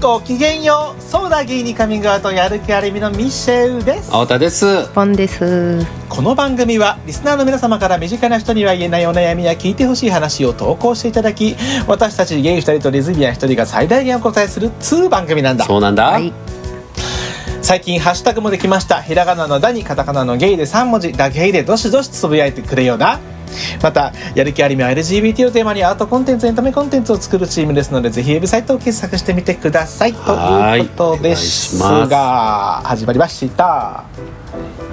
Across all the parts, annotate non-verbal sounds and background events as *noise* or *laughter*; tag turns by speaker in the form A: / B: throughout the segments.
A: ごきげんようソーラギーにカミングアウトやる気ありみのミシェウです
B: 青田です
C: ポンです。
A: この番組はリスナーの皆様から身近な人には言えないお悩みや聞いてほしい話を投稿していただき私たちゲイ2人とレズビアン1人が最大限お答えするつう番組なんだ
B: そうなんだ、
C: はい。
A: 最近ハッシュタグもできましたひらがなの「だ」にカタカナの「ゲイ」で3文字だけでどしどしつぶやいてくれよなまたやる気ありみは LGBT をテーマにアートコンテンツエンタメコンテンツを作るチームですのでぜひウェブサイトを検索してみてくださいと
B: はい
A: いうことです
B: お願いし
A: が始まりました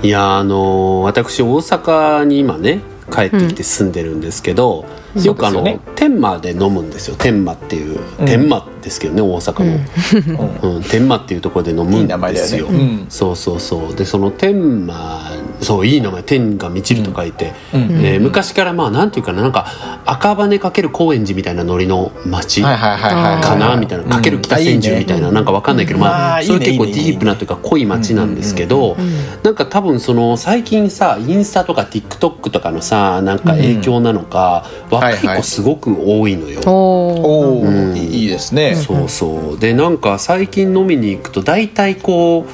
B: いやーあのー私大阪に今ね帰ってきて住んでるんですけど、
A: うん
B: よくあ
A: そ
B: の、
A: うですよ
B: 天満で飲むんですよ天満っていう、
A: うん
B: 天満ですけどね大阪の、うん天満っていうところで飲む
A: いい
B: ん
A: 名前
B: で
A: だよ
B: す
A: ね
B: よ。
A: うん
B: そうそうそうでその天満そういい名前天が満ちると書いて、
A: うん
C: うん
B: えー昔からまあなんていうかななんか赤羽×高円寺みたいなノリの街
A: はいはいはいはいはい
B: かなみたいな、かける北千住みたいな、
A: う
B: なんかわかんないけど、ま
A: あ
B: あ、
A: ー
B: それ結構
A: いい
B: デ
A: ねいいね
B: ィープなというか濃い街なんですけど、なんか多分その最近さインスタとか TikTok とかのさなんか影響なのか、若
A: はい
B: い
A: はい
B: 子すごく多いのよ。
C: おお。
A: おお、
B: うん
A: いいですね
B: そうそうでなんか最近飲みに行くと大体こ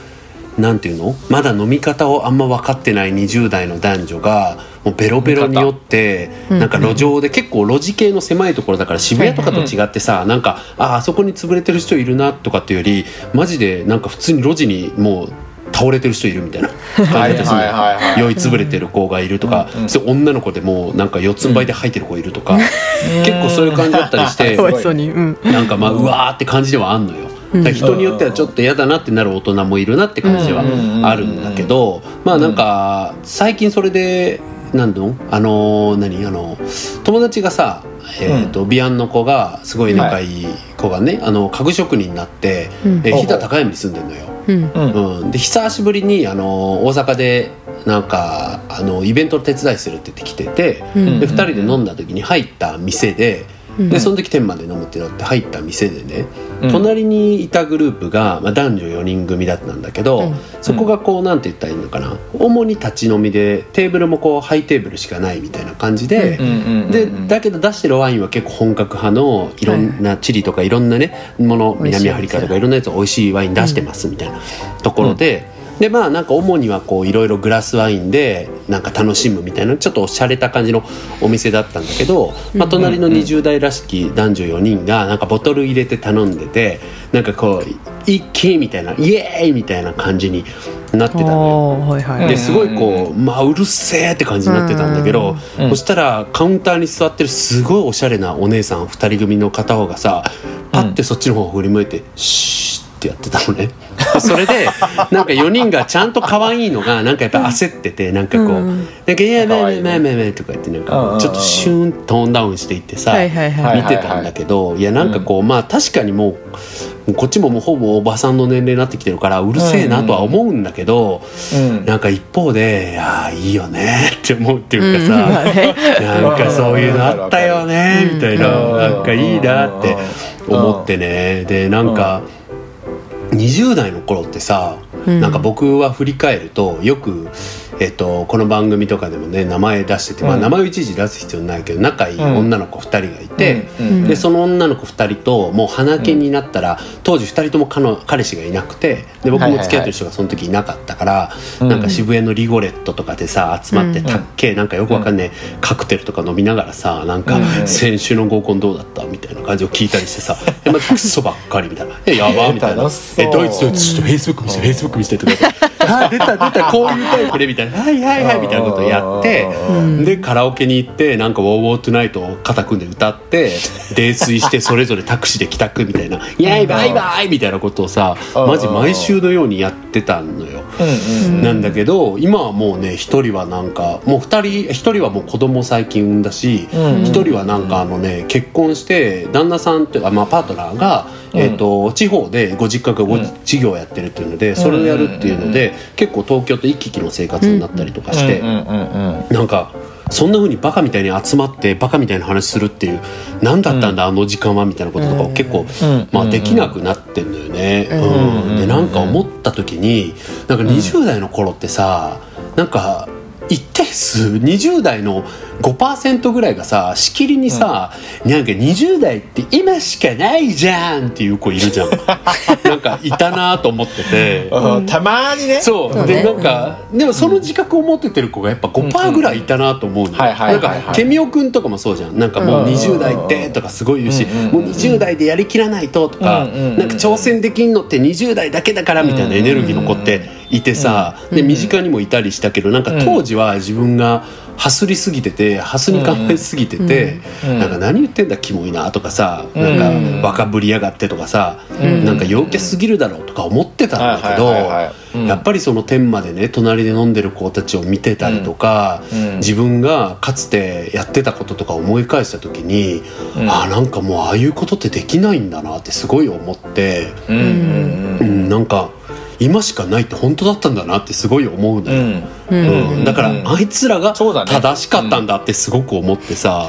B: うなんていうのまだ飲み方をあんま分かってない20代の男女がもうベロベロに酔って
C: うん
B: なんか路上で結構路地系の狭いところだから渋谷とかと違ってさなんかああそこに潰れてる人いるなとかっていうよりマジでなんか普通に路地にもう倒れてる人いるみたいな感じです
A: はいはいはいはい
B: 酔いつぶれてる子がいるとか、
A: うんうん
B: そういう女の子でもうなんか四つん這いで吐いてる子いるとか、結構そういう感じだったりして
C: かわいそうに。うん。
B: なんかまあうわーって感じではあんのよ。だから人によってはちょっと嫌だなってなる大人もいるなって感じはあるんだけどまあなんか最近それで何のあのー何あの友達がさえーとビアンの子がすごい仲いい子がねあの家具職人になって
C: うん
B: えー飛騨高山に住んでんのよ。
C: うん。
A: うん
B: うん、で久しぶりにあの大阪でなんかあのイベントの手伝いするって言って来てて、
C: うん
B: で2人で飲んだ時に入った店で,、
C: うん
B: でその時天満で飲むってなって入った店でね、
A: うん
B: 隣にいたグループが、まあ、男女4人組だったんだけど、
C: うん
B: そこがこうなんて言ったらいいのかな主に立ち飲みでテーブルもこうハイテーブルしかないみたいな感じで。
A: うんうんうん
B: でだけど出してるワインは結構本格派のいろんなチリとかいろんなねもの
C: 美味しい
B: 南アフリカとかいろんなやつ美味しいワイン出してますみたいなところで、でまあなんか主にはこういろいろグラスワインでなんか楽しむみたいなちょっとおしゃれた感じのお店だったんだけど、まあ、隣の20代らしき男女4人がなんかボトル入れて頼んでてなんかこう一気みたいなイエーイみたいな感じになってたのよ。
C: おおー。はいは
A: う
B: で
A: ん
C: い。
B: すごいこう、まあ、うるせえって感じになってたんだけど、
A: うんうん
B: そしたらカウンターに座ってるすごいおしゃれなお姉さん2人組の片方がさパッてそっちの方を振り向いて「シーッ」ってやってたのね。それでなんか4人がちゃんと可愛いのがなんかやっぱ焦っててなんかこう「
C: うん
B: なんかいや
A: 可
B: め
A: 愛い
B: めめめめ」とか言ってなんか
A: うんうん
B: こ
A: う
B: うんちょっとシューンとトーンダウンしていってさ、
C: はいはいはい。
B: 見てたんだけど、いやなんかこう、まあ確かにもうこっちももうほぼおばさんの年齢になってきてるからうるせえなとは思うんだけど、
A: うん
B: なんか一方で「ああいいよね」って思うって
C: う。
B: いうんか
C: まあ
B: さ、
C: ね。
B: なんかそういうのあったよね
C: うん
B: みたいな、なんかいいなって思ってねでなんか20代の頃ってさ
C: うん
B: なんか僕は振り返るとよく、えっと、この番組とかでもね名前出してて、まあ、
A: うん
B: 名前をいちいち出す必要ないけど仲いい女の子2人がいて。
A: うん
B: でその女の子2人ともう鼻毛になったら、当時2人とも彼の彼氏がいなくてで僕
A: はいはい
B: も
A: はい
B: 付き合ってる人がその時いなかったから、
A: うん
B: なんか渋谷のリゴレットとかでさ集まって
C: うん
B: たっけ、なんかよくわかんない、カクテルとか飲みながらさなんか、
A: うん
B: 先週の合コンどうだったみたいな感じを聞いたりしてさ「えまずクソばっかり」みたいな「えやば」みたいな
A: 楽し
B: 「
A: そう
B: えドイツドイツちょっとフェイスブック見せてフェイスブック見せて」とか言って「あ出た出たこういう *laughs* タイプね」みたいな「はいはいはい」みたいなことをやって。
C: うん
B: でカラオケに行ってなんか「ウォーウォートゥナイト」を肩組んで歌って泥酔してそれぞれタクシーで帰宅みたいな「イエイバイバイ!」みたいなことをさ
A: うん
B: マジ毎週のようにやってたのよ。
A: うん
B: なんだけど今はもうね一人はなんかもう二人一人はもう子供最近産んだし
A: うん
B: 一人はなんかあのね結婚して旦那さんというか、まあ、パートナーが、
A: うん
B: えー、と地方でご実家がご
A: うん
B: 事業やってるっていうのでそれをやるっていうので結構東京と行き来の生活になったりとかして。
A: うんうんうんうん
B: なんかそんな風にバカみたいに集まってバカみたいな話するっていう何だったんだ、あの時間はみたいなこととかを結構、
A: うん
B: まあ、
A: うん
B: できなくなってんのよね。
C: う
B: うんん
A: う
B: で
A: ん
B: なんか思った時になんか20代の頃ってさなんか一定数20代の5%ぐらいがさしきりにさ、なんか20代って今しかないじゃんっていう子いるじゃ
A: *laughs*
B: んなんかいたなと思ってて
A: うんたまーにね
B: そう
C: そう
B: で
C: ね
B: なんか、でもその自覚を持っててる子がやっぱ5%ぐらいいたなと思うのよ、
A: はいはいはいはい
B: なんかケミオくんとかもそうじゃんなんかもう
C: うん
B: 20代ってとかすごい言うし、
A: うんうんうん
B: もう20代でやりきらないととか、
A: うんうんうん
B: なんか挑戦できんのって20代だけだからみたいなエネルギーの子っていてさ、で身近にもいたりしたけどなんか当時は自分がハスりすぎててハスに考えすぎてて、
A: うんうん
B: なんか何言ってんだキモいなとかさ、
A: う
B: なん
A: ん
B: かバカぶりやがってとかさ、
A: ん
B: なんか陽キャすぎるだろうとか思ってたんだけど。
A: はいはいはいはいうん
B: やっぱりその天までね隣で飲んでる子たちを見てたりとか、
A: うん
B: 自分がかつてやってたこととか思い返した時に、
A: うん
B: ああなんかもうああいうことってできないんだなってすごい思って、
A: うん
B: うんなんか今しかないって本当だったんだなってすごい思うの
A: うんう
B: よ。
A: ん
C: うん
B: う
A: うん
B: んだからあいつらが
A: そうだね
B: 正しかったんだってすごく思ってさ、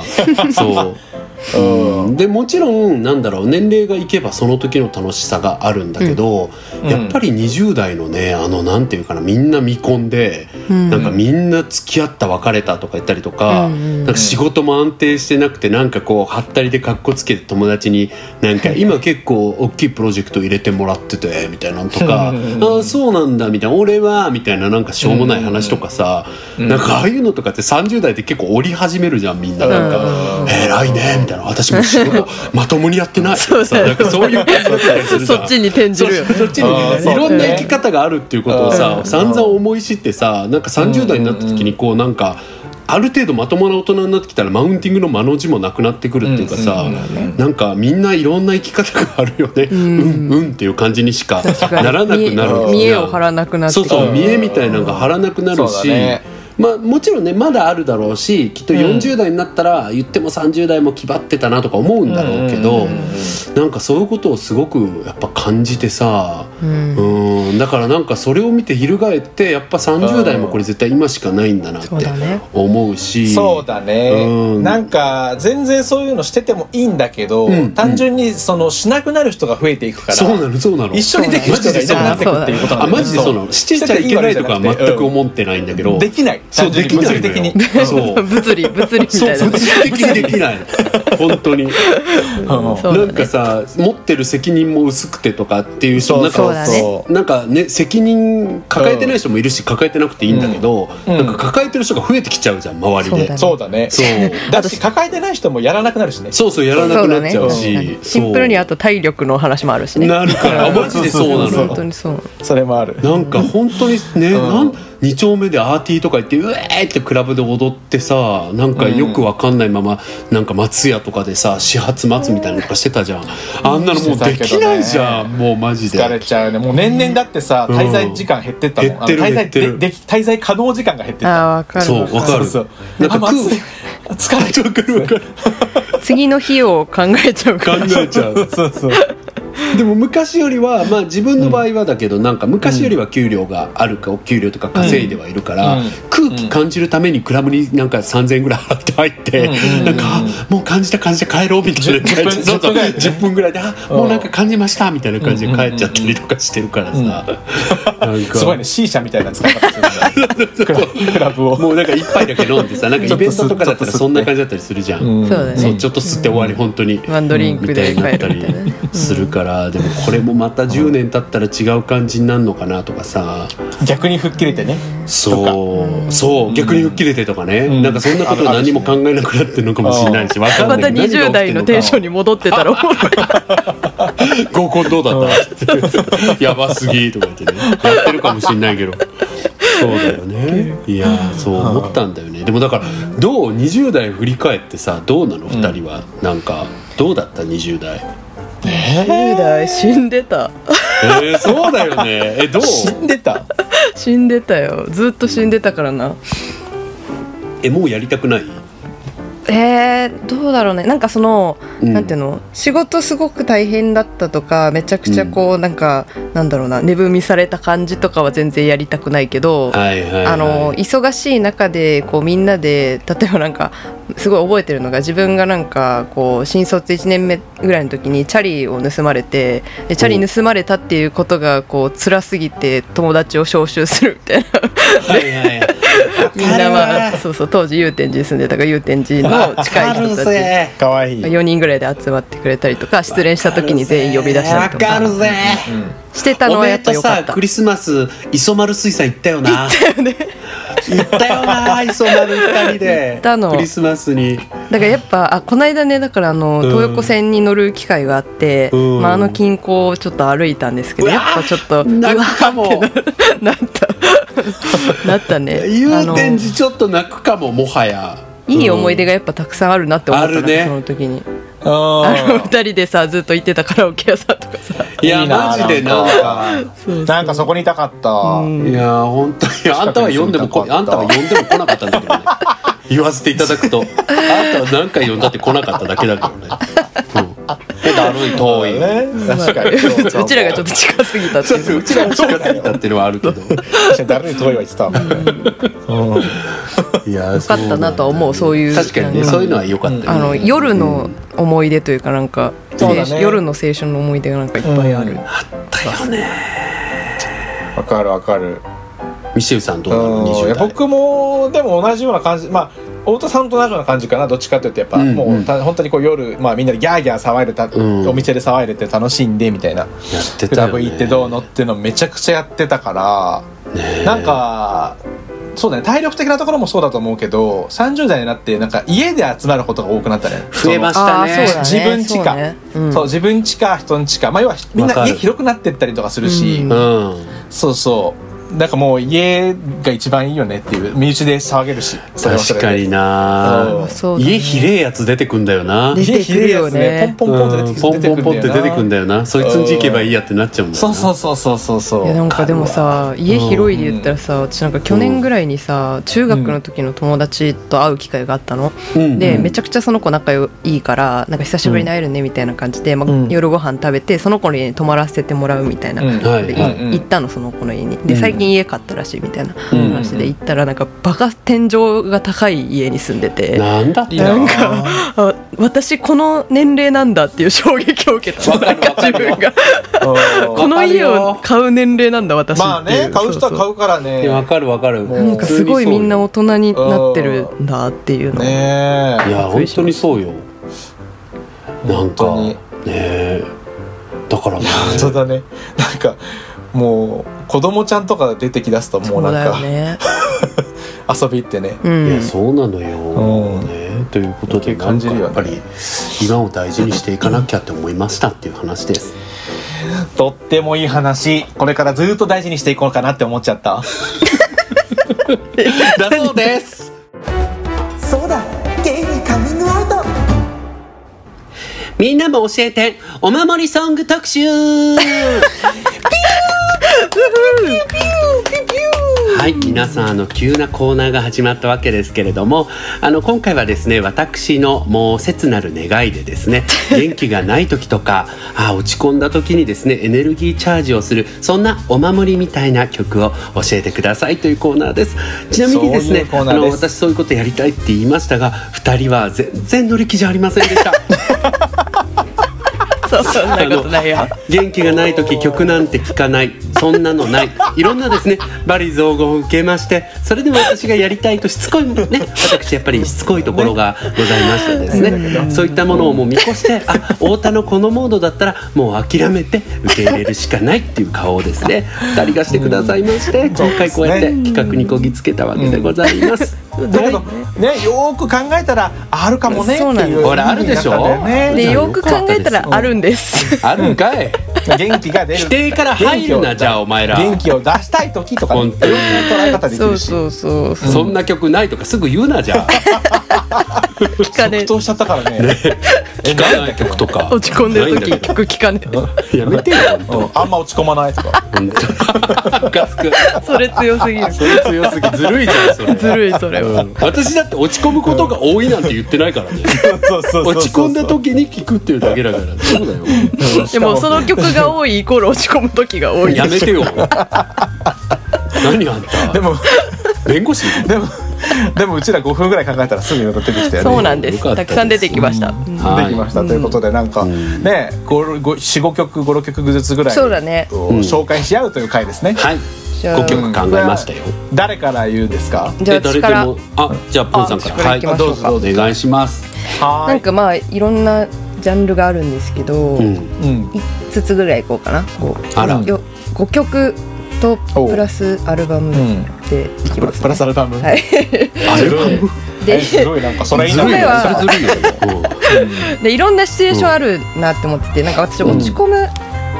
B: そう
A: うん
B: うんでもちろんなんだろう年齢がいけばその時の楽しさがあるんだけど、
A: うん
B: やっぱり20代のねあのなんていうかなみんな未婚で、
C: うん
B: なんかみんな付き合った別れたとか言ったりとか,、
C: うんうん
B: なんか仕事も安定してなくてなんかこうはったりでかっこつけて友達になんか今結構大きいプロジェクト入れてもらっててみたいな
C: *laughs*
B: のとかあ
A: うんうんうん
B: ーそうなんだみたいな俺はみたいななんかしょうもない話とかさ、
A: うん
B: なんかああいうのとかって30代って結構折り始めるじゃんみんななんか。
A: うん
B: 偉いねみたいな私も仕事まともにやってない
C: *laughs* そうだよ
B: なんかそういう感じだったりするじゃ
C: そ
B: ん
C: っちに転じるよね
B: そうそっちに
A: あー
B: いろんな生き方があるっていうことを
A: そう
B: さ
A: ね
B: 散々思い知ってさなんか30代になった時にこうなんかある程度まともな大人になってきたらマウンティングの間の字もなくなってくるっていうかさ
A: うんそうだね
B: なんかみんないろんな生き方があるよねうんうんっていう感じにしかならなくなる
C: 見え見えを張らなくなって
B: そうそううん見えみたいなのが張らなくなる
A: そう
B: し、
A: だね
B: まあ、もちろんねまだあるだろうしきっと40代になったら言っても30代も気張ってたなとか思うんだろうけど、
A: うんうんうん
B: なんかそういうことをすごくやっぱ感じてさ、
C: うん
B: うんだからなんかそれを見て翻ってやっぱ30代もこれ絶対今しかないんだなっ
C: そう
B: て
C: だね
B: 思うし。
A: そうだね、
B: うん
A: なんか全然そういうのしててもいいんだけど、
B: うん
A: 単純にそのしなくなる人が増えていくから
B: そうなのそうなの
A: 一緒にできる人がいなくなってくっていうことな
B: あ
A: んだ
B: マジでそのしちゃいちゃいけないとかは全く思ってないんだけど、
A: うんできない
B: そうできないのよ
A: 的に
B: そう
C: 物理物理み
B: そ
C: た
B: う
C: いな
B: 物理的にできない
C: *laughs*
B: 本当に、
C: そうだね
B: なんかさ持ってる責任も薄くてとかっていう人
A: そう
B: なんか
C: そうだね
B: なんかね責任抱えてない人もいるし抱えてなくていいんだけど、
A: うん
B: なんか抱えてる人が増えてきちゃうじゃん周り
C: そう
B: で
C: だね
A: そうだね
B: そう
A: だし抱えてない人もやらなくなるしね
B: そうそうやらなくなっちゃうし
C: そだねシンプルにあと体力の話もあるし
B: そう
C: ね
B: なるからマジでそうなの
C: 本
B: よ
C: 当にそう
A: それもある
B: なんか本当にね、
A: うん
B: なん2丁目でアーティーとか言ってうえーってクラブで踊ってさなんかよくわかんないまま、なんか松屋とかでさ始発待つみたいなのとかしてたじゃんあんなのもうできないじゃん、もうマジで
A: 疲れちゃうねもう年々だってさ
B: うん
A: 滞在時間減ってったもん、
B: 減ってる
A: あの滞
B: 減っ
A: 在
B: てる
A: ででき滞在可能時間が減ってった
C: ああ分かる
B: そうわかる
A: そう
B: な
A: そ
B: ん
A: う
B: か
A: あ
B: 食う
A: 暑い疲
B: *laughs*
A: れちゃう
B: わかるわかる
C: 次の日を考えちゃうか
B: 考
C: ら
B: えちゃう
A: そうそう
B: *laughs* でも昔よりはまあ自分の場合はだけど、なんか昔よりは給料があるかお給料とか稼いではいるから、
A: うん
B: 空気感じるためにクラブになんか3,000円ぐらい払って入って、
A: うん
B: なんかあもう感じた感じて帰ろうみたいな感じ
A: 10分10分ぐらいでね
B: 10分ぐらいであもうなんか感じましたみたいな感じで帰っちゃったりとかしてるからさ、なんか
A: すごいね C 社みたいな使い方す
B: *laughs*
A: るんだねクラクラブを
B: もうなんか一杯だけ飲んでさなんかイベントとかだったらそんな感じだったりするじゃん。
A: うん
C: そうだね
B: そうちょっと吸って終わり本当に
C: ワンドリンクで帰るみたいな
B: みたいになったりするから、でもこれもまた10年経ったら違う感じになるのかなとかさ
A: 逆に吹っ切れてね
B: そうそう逆に吹っ切れてとかね、
A: ん
B: なんかそんなこと何も考えなくなってるのかもしれないしわかんな
C: ま
B: い
C: た20代のテンション
B: に
C: に戻ってたら思う
B: 合コンどうだったやばすぎとか言ってねやってるかもしれないけどそうだよねいやーそう思ったんだよねでもだからどう20代振り返ってさどうなの2人は、なんかどうだった20代
C: 10代死んでた
B: えー、そうだよねえどう
A: 死んでた
C: 死んでたよずっと死んでたからな
B: えもうやりたくない
C: えー、どうだろうねなんかその、
B: うん
C: なんていうの仕事すごく大変だったとかめちゃくちゃこう、なんかなんだろうな値踏みされた感じとかは全然やりたくないけど、
B: はいはい、はい、
C: あの忙しい中でこうみんなで例えばなんかすごい覚えてるのが自分がなんかこう新卒1年目ぐらいの時にチャリを盗まれてでチャリ盗まれたっていうことがこう辛すぎて友達を招集するみたいな
B: はいはいはい
C: みんなまあそうそう当時祐天寺に住んでたから祐天寺の近い人たち
A: かわいい。
C: 4人ぐらいで集まってくれたりとか失恋した時に全員呼び出したりとか
B: わかるぜ
C: してたのはや
B: 俺
C: っぱ
B: と
C: 良かっ
B: さ
C: た
B: クリスマス磯丸水産行ったよな行ったよね行ったよな磯丸二人で
C: 行ったの
B: クリスマスに
C: だからやっぱあこの間ねだからあの
B: うん
C: 東横線に乗る機会があって、
B: うん
C: まあ、あの近郊をちょっと歩いたんですけど
B: うわ
C: やっぱちょっとうわ
B: 泣くかも
C: なったなったねあ
B: 祐
C: の
B: 天寺ちょっと泣くかももはや
C: いい思い出がやっぱたくさんあるなって思った
B: あ
C: な
B: るね
C: その時にあの
A: う
C: 二人でさずっと行ってたカラオケ屋さんとかさ
B: いや
A: いいな
B: マジでなん
A: な
B: か
A: ん。なんかそこにいたかった。
C: うん
B: いや本当にあんたは呼んでもこ
A: 近くに住みたかった
B: あんたは呼んでも来なかったんだけどね言わせていただくとあんたは何回呼んだって来なかっただけだからね、うん、でだるい遠い
A: ね確かに。
C: *laughs* うちらがちょっと近すぎたって
B: そう
C: いう
B: そううちらも近すぎたっていうのはあるけど
A: 確かに誰に遠いは言ってたわ。うん
B: いや
C: よかったなとは思うそういう
B: 確かにね
C: なんか
B: そういうのは良かったよね
C: あの夜の思い出というかなんか、
A: そうだね
C: 青春夜の青春の思い出がなんかいっぱいある、
A: うん
B: だよね
A: わかるわかる。
B: ミシェルさんどうな
A: うん
B: の
A: い
B: 20
A: や
B: 代
A: 僕もでも同じような感じまあ太田さんと同じような感じかなどっちかというとやっぱ、
B: うん
A: も
B: うん
A: うた本当にこう夜、まあ、みんなでギャーギャー騒いでた、
B: ん
A: お店で騒いでて楽しんでみたいな
B: やって
A: ク
B: た
A: ラ
B: よ
A: ブ
B: ね
A: 行ってどうのっていうのめちゃくちゃやってたから、なんかそうだね体力的なところもそうだと思うけど30代になってなんか家で集まることが多くなったね
B: 増えました
C: ああーそうだ
B: ね
C: ね
A: 自分家か
C: そうねう
A: その
C: ん
A: そう自分家か人ん家か、まあ、要はみん
B: わか
A: な
B: る
A: 家広くなってったりとかするし、
C: う
B: うん
A: そうそうなんかもう家が一番いいよねっていう身内で騒げるしそれはそ
B: 確
A: れで
B: かにな
C: そうだね
B: 家ひれえやつ出てくんだよな
C: 出てくるよね
A: ポンポンポンって出て
B: ポンポンポンって出てくん
A: だよ
B: だよなそいつんち行けばいいやってなっちゃうんだ
A: な
B: よ
A: そ
B: な
A: うそうそうそうそうそ
C: いやな
A: うん
C: かでもさ家広いで言ったらさ私なんか去年ぐらいにさ中学の時の友達と会う機会があったの、
B: うん
C: でめちゃくちゃその子仲良いいからなんか久しぶりに会えるねみたいな感じで、まあ
A: うん
C: 夜ご飯食べてその子の家に泊まらせてもらうみたいな、
A: うん
B: はい
C: でい
B: はい
A: うん
C: 行ったのその子の家に
A: う
C: で
A: ん
C: 最近家買ったらしいみたいな
B: うん
C: 話で行ったらなんかバカ天井が高い家に住んでて、
B: なんだって
A: いいな
C: なん
A: *laughs*
C: あ私この年齢なんだっていう衝撃を受けた
B: わか
C: な
B: る
C: んか自分が
A: うん
C: この家を買う年齢なんだ私っていう
A: まあね買う人は買
C: う
A: うからね
B: いやわかるわかる
A: もう
C: なんかすごいみんな大人になってるんだっていうの
A: ね
B: い
A: え
B: や本当にそうよなん
A: 本
B: か
A: 当
B: ね
A: に
B: えだからね
A: 本当だね *laughs* なんかもう子供ちゃんとか出てきだすとも
C: そううだ
A: なん
B: *laughs*
C: よ
A: か
C: ね
A: 遊び行ってね
C: う
B: い
C: ん
B: やそうなのよ
A: うん
B: ねということでな
A: 感
B: ん
A: じ
B: か
A: る
B: や
A: よ
B: っ
A: ね
B: ぱり今を大事にしていかなきゃって思いましたっていう話です
A: とってもいい話これからずっと大事にしていこうかなって思っちゃった
B: *laughs* だそうです
D: そうだゲイにカミングアウト
B: *laughs* みんなも教えてお守りソング特集ピューピューはい皆さんあの急なコーナーが始まったわけですけれどもあの今回はですね私のもう切なる願いでです
A: *laughs*
B: ね元気がない時とかあー落ち込んだ時にですねエネルギーチャージをするそんなお守りみたいな曲を教えてくださいというコーナーですちなみにです
A: そういう
B: ね
A: コーナ
B: あ
A: ー
B: の
A: です
B: 私そういうことやりたいって言いましたが二人は全然乗り気じゃありません
A: *laughs*
B: でした
C: そうそんなことない
B: あ
C: よ
B: の元気がない時曲なんて聞かないそんなのないいろんなですねバリ雑言を受けましてそれでも私がやりたいとしつこいね私やっぱりしつこいところがございましてですねそういったものをもう見越してあ太田のこのモードだったらもう諦めて受け入れるしかないっていう顔をですね二人がしてくださいまして今回こうやって企画にこぎつけたわけでございます。
A: だけどねよーく考えたらあるかもねって
C: そうなんだ
A: いう
B: ほらあるでしょ
A: 意味になったんだよね
C: でよく考えたらあるんです
B: あるんかい
A: 元気が出る
B: 否定から入るなじゃあお前ら
A: 元気を出したい時とか
B: 本
A: ね
B: 当に
A: いろんな捉え方でき
C: そ
A: る
C: う
A: し
C: そうそうそう
B: そんな曲ないとかすぐ言うなじゃあ
C: 聞かね
A: 即答しちゃったからね
B: *laughs* 聞かない曲とか
C: 落ち込んでる時
B: ないだ
C: 曲聞かね
B: けどやめてよ
A: うんあんま落ち込まないと
B: *laughs*
A: か
B: 本当ムカつく
C: それ強すぎる
B: それ強すぎずるいじゃんそれ
C: *laughs* ずるいそれは
B: うん私だって落ち込むことが多いなんて言ってないからね
A: そうそうそうそう
B: 落ち込んだ時に聞くっていうだけだからそうだよ
C: でもその曲が多いイコール落ち込む時が多い
B: やめてよ何あん
A: で
B: た
A: も
B: 弁護士
A: でもでもうちら5分ぐらい考えたらすぐに出てきたよね
C: そうなんです
B: よかったで
C: た
B: す
C: くさん出てきました、うん
B: はい
A: できました、ということでなんか、
B: ん
A: ね45曲56曲ずつぐらい
C: そうだね
A: を紹介し合うという回ですね、
B: はい
C: じゃあ
B: 5曲考えましたよ。
A: 誰から言うんですか
C: じゃあ
B: え誰で
C: 私から
B: もあじゃあポンさんから
C: あ私から行きましょう
A: か
B: はいお願いします。
A: はー
C: なんかまあいろんなジャンルがあるんですけど、
B: うん、
A: うん
C: 5つぐらいいこうかなこう
B: あら、
A: うん
C: よ5曲とプラスアルバム
A: うん
C: でいき
A: プ
C: ま
A: ラ
C: す、ね
A: プラスアルバム、
C: はい
B: アルバム
A: え
C: です
A: ごいなんかそれいい
B: ず
A: な
B: るいよ
C: は
B: それずるいよ。うん
C: *laughs* でいろんなシチュエーションあるなって思ってて、なんか私落ち込む、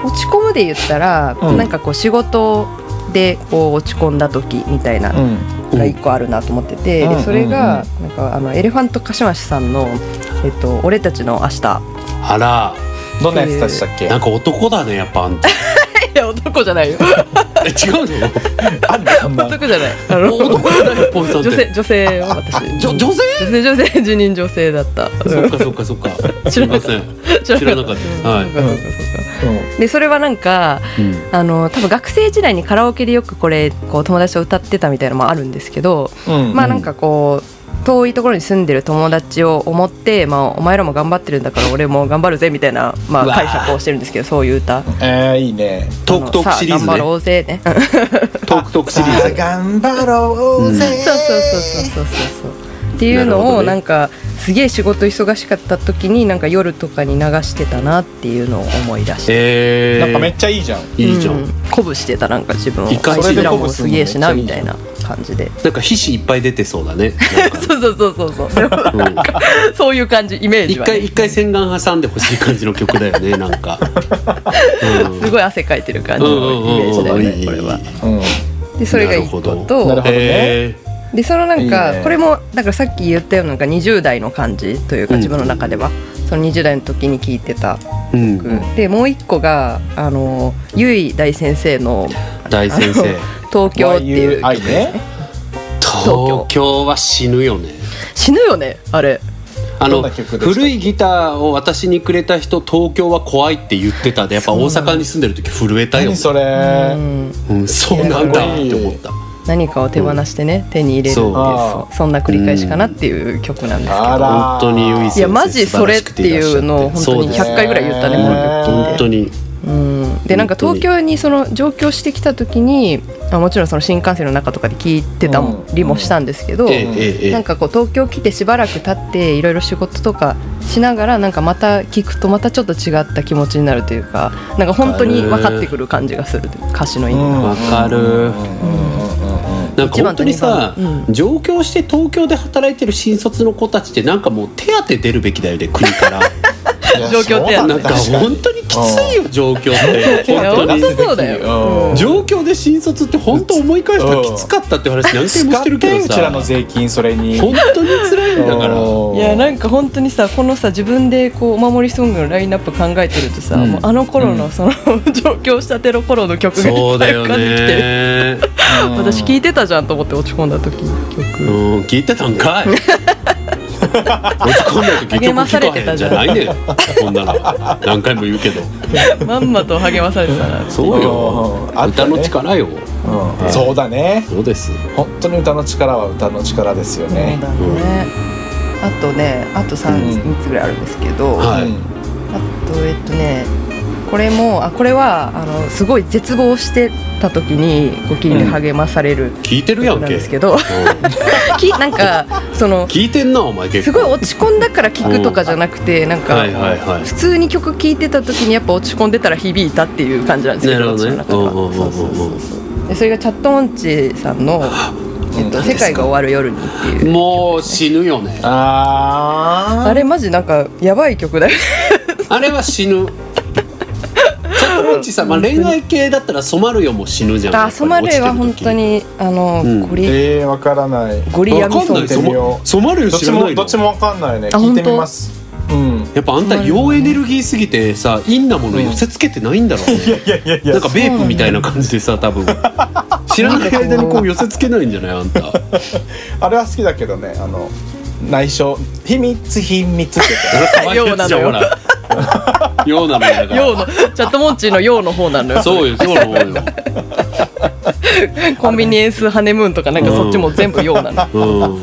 C: 落ち込むで言ったら、
A: うん
C: なんかこう仕事でこう落ち込んだ時みたいな
A: う
C: の
A: ん
C: が一個あるなと思ってて、
A: うん
C: でそれがなんかあのエレファントカシマシさんの「えっと、俺たちの明日
B: あら、
A: どんなやつでしたっけ、
B: なんか男だね、やっぱあんた。」
C: いや男じゃないよ
B: え違うの。
A: あんのそんな
C: 男じゃないあ *laughs* の
B: 男だね、ポンさんって。
C: 女性女性よ私
B: じょ、女性。
C: 女性女性受任女性だった
B: そっか、そっか、そっか。す
C: 知ら
B: み
C: なか
B: ま
C: っ
B: せん。
C: た
B: 知らなかったはい
C: そうかそうかそうか *laughs* でそれはなんか
B: うん
C: あの多分学生時代にカラオケでよくこれこう友達と歌ってたみたいなのもあるんですけど、
A: うん、うん
C: まあなんかこう遠いところに住んでる友達を思って、まあ、お前らも頑張ってるんだから俺も頑張るぜみたいな、まあ、
B: うわー
C: 解釈をしてるんですけどそういう歌
A: えー、いいね
B: トークトークシリーズ
C: さあ頑
B: ね。
C: 張ろうぜねそう
B: トークトークシリーズ。
A: さあ頑張ろうぜ、
C: そうそうそうそうそうそうっていうのを
B: な
C: な
B: る
C: んかすげえ仕事忙しかった時になんか夜とかに流してたなっていうのを思い出して
B: えー、
A: なんかめっちゃいいじゃん
B: いいじゃ
C: うん
B: ん。
C: 鼓舞してたなんか自分を
B: 一回
A: そ
C: 俺らもす
A: れで鼓舞するの
C: げえしな
A: めっ
C: み
A: ちゃ
C: た
A: いい
C: いな感じで
B: なんか皮脂いっぱい出てそうだ
C: *laughs*
B: ね。
C: そうそうそうそうそ
B: な
C: う
B: んかうん
C: そういう感じイメージ
B: 一
C: は、
B: 回
C: ね、
B: 一回洗顔挟んでほしい感じの曲だよ
C: *laughs*
B: ね、なんか。うん
C: すごい汗かいてる感じ
B: うんうんうん
C: のイメージだよ
B: いいい
C: ね
B: い
C: これは
A: うん
C: でそれが一個
B: なるほ
C: と
A: なるほどね
B: え
C: でそのなんか
A: いいね
C: これもだからさっき言ったようななんか20代の感じという
B: う
C: か
B: ん
C: 自分の中では、その20代の時に聴いてた
B: ーうん
C: 曲、でもう一個があのゆい大先生の
B: 大先生
C: 「東京」っていう曲
A: YUI ね
B: 東京は死ぬよね
C: 死ぬよねあれ
B: あ
A: どん
B: の
A: な曲でした
B: 古いギターを私にくれた人東京は怖いって言ってたでやっぱ大阪に住んでる時震えたよ
A: 何それ、
C: うん
B: うん、そうなんだって思った
C: 何かを手放してね、手に入れるっていう
A: そ
C: そそんな繰り返しかなっていう曲なんですけど、
A: あら
B: 本当にゆい先生
C: いやマジそれっていうのを
B: 素
C: 本
B: 晴ら
C: 当
B: しくていらっしゃってそうです
C: に100回ぐらい言ったね
A: そう
C: こ
A: です
C: の曲聞
B: 本
C: いて
B: 当に
C: うん、でなんか東京にその上京してきた時にあもちろんその新幹線の中とかで聞いてたりもしたんですけど、
B: ええええ
C: なんかこう東京来てしばらく経っていろいろ仕事とかしながらなんかまた聞くとまたちょっと違った気持ちになるというかなんか本当に分かってくる感じがする歌詞の意味が。
B: わかる
A: うんうんうんうん
B: なんか本当にさ、
C: 一番と二番
B: 上京して東京で働いてる新卒の子たちってなんかもう手当て出るべきだよね国から
A: いや
C: 状況ってやつ
B: なんか
A: そうだね
B: 本当にきついよ上京って
C: いや
B: 本当
C: 本当
B: に
C: そうだよ、
A: うん
B: 上京で新卒って本当思い返したらきつかったって話何回もしてるけど
A: 使ってうちらの
B: さ
A: 税金それに
B: 本当に辛いんだから
A: うん
C: いやなんか本当にさこのさ自分でこうお守りソングのラインナップ考えてるとさ、
B: うん
C: もうあの頃
B: *laughs*
C: のその、上京したての頃の曲がい
B: そう
C: っぱ
B: だ
C: い
B: よ
C: 浮かんできてる、
B: ね
A: うん
C: 私聴いてたじゃんと思って落ち込んだ時曲、
B: うん聞いてたんかい落ち込んだ時
C: 励
B: 曲
C: まさ
B: 聞
C: れ
B: か
C: て
B: へん
C: た
B: じ
C: じ
B: ゃ
C: ゃん
B: ないねんこんなの何回も言うけど
C: まんまと励まされてたな
B: そう
A: うん
B: よ
A: あった
B: 歌
A: ね
B: の力よ
A: うんそうだね
B: そうです
A: 本当に歌の力は歌の力ですよ
C: そうだね
A: ね、
C: あとねあと 3,
A: うん
C: つぐらいあるんですけど、
B: は
C: あ
B: い
A: うん
C: とえっとねこれもあこれはあのすごい絶望してた時にこう聞いて励まされる
B: 聞いてるや
C: 曲
B: ん
C: なん
B: け
C: ですけど、
B: うん
C: *laughs* きなんかその
B: 聞いてんなお前
C: す
B: 結
C: ごい
B: 構
C: 落ち込んだから聞くとかじゃなくてなん
B: はい
C: か
B: はいはい
C: 普通に曲聴いてた時にやっぱ落ち込んでたら響いたっていう感じなんですけ
B: なる
C: ど
B: ほどね
C: 私の中では
B: うんうんうんうん
C: そうそうそうそうでそれがチャットモンチーさんの「えっと、世界が終わる夜に」っていう
B: もう死ぬよね
A: あー
C: あれマジなんかやばい曲だよね
B: あれは死ぬちょっとロッチさん、まあ、恋愛系だったら「染まるよ」も死ぬじゃん
C: *laughs* あソマレは本当
B: に
C: にあの
B: うん
C: ゴリ
A: えー、わからない
C: ゴリ
B: わ
C: ヤミ
B: かん
C: ソ
B: な
C: ン
B: い
C: って
A: ソ
B: 染
A: マ
B: ま染まるよ
A: どっ
B: 知
A: ち
B: らな
A: も
B: い
A: ど
B: の
A: っちもわかんないね
C: あ
A: 聞いてみますうん
B: やっぱあんた陽エネルギーすぎてさ陰なもの寄せつけてないんだろうね
A: いやいやいや
B: なんかベープみたいな感じでさ多分知らない間にこう寄せつけないんじゃないあんた
A: あれは好きだけどねあの内緒秘密秘密って
C: *laughs*
B: 可愛いやつじゃんほら陽なの *laughs* よだか
C: 陽のチャットモンチーの陽の方
B: *laughs*
C: なのよ
B: らそうよそうよ
C: コンビニエンスハネムーンとかなんかそっちも全部陽なの
B: うん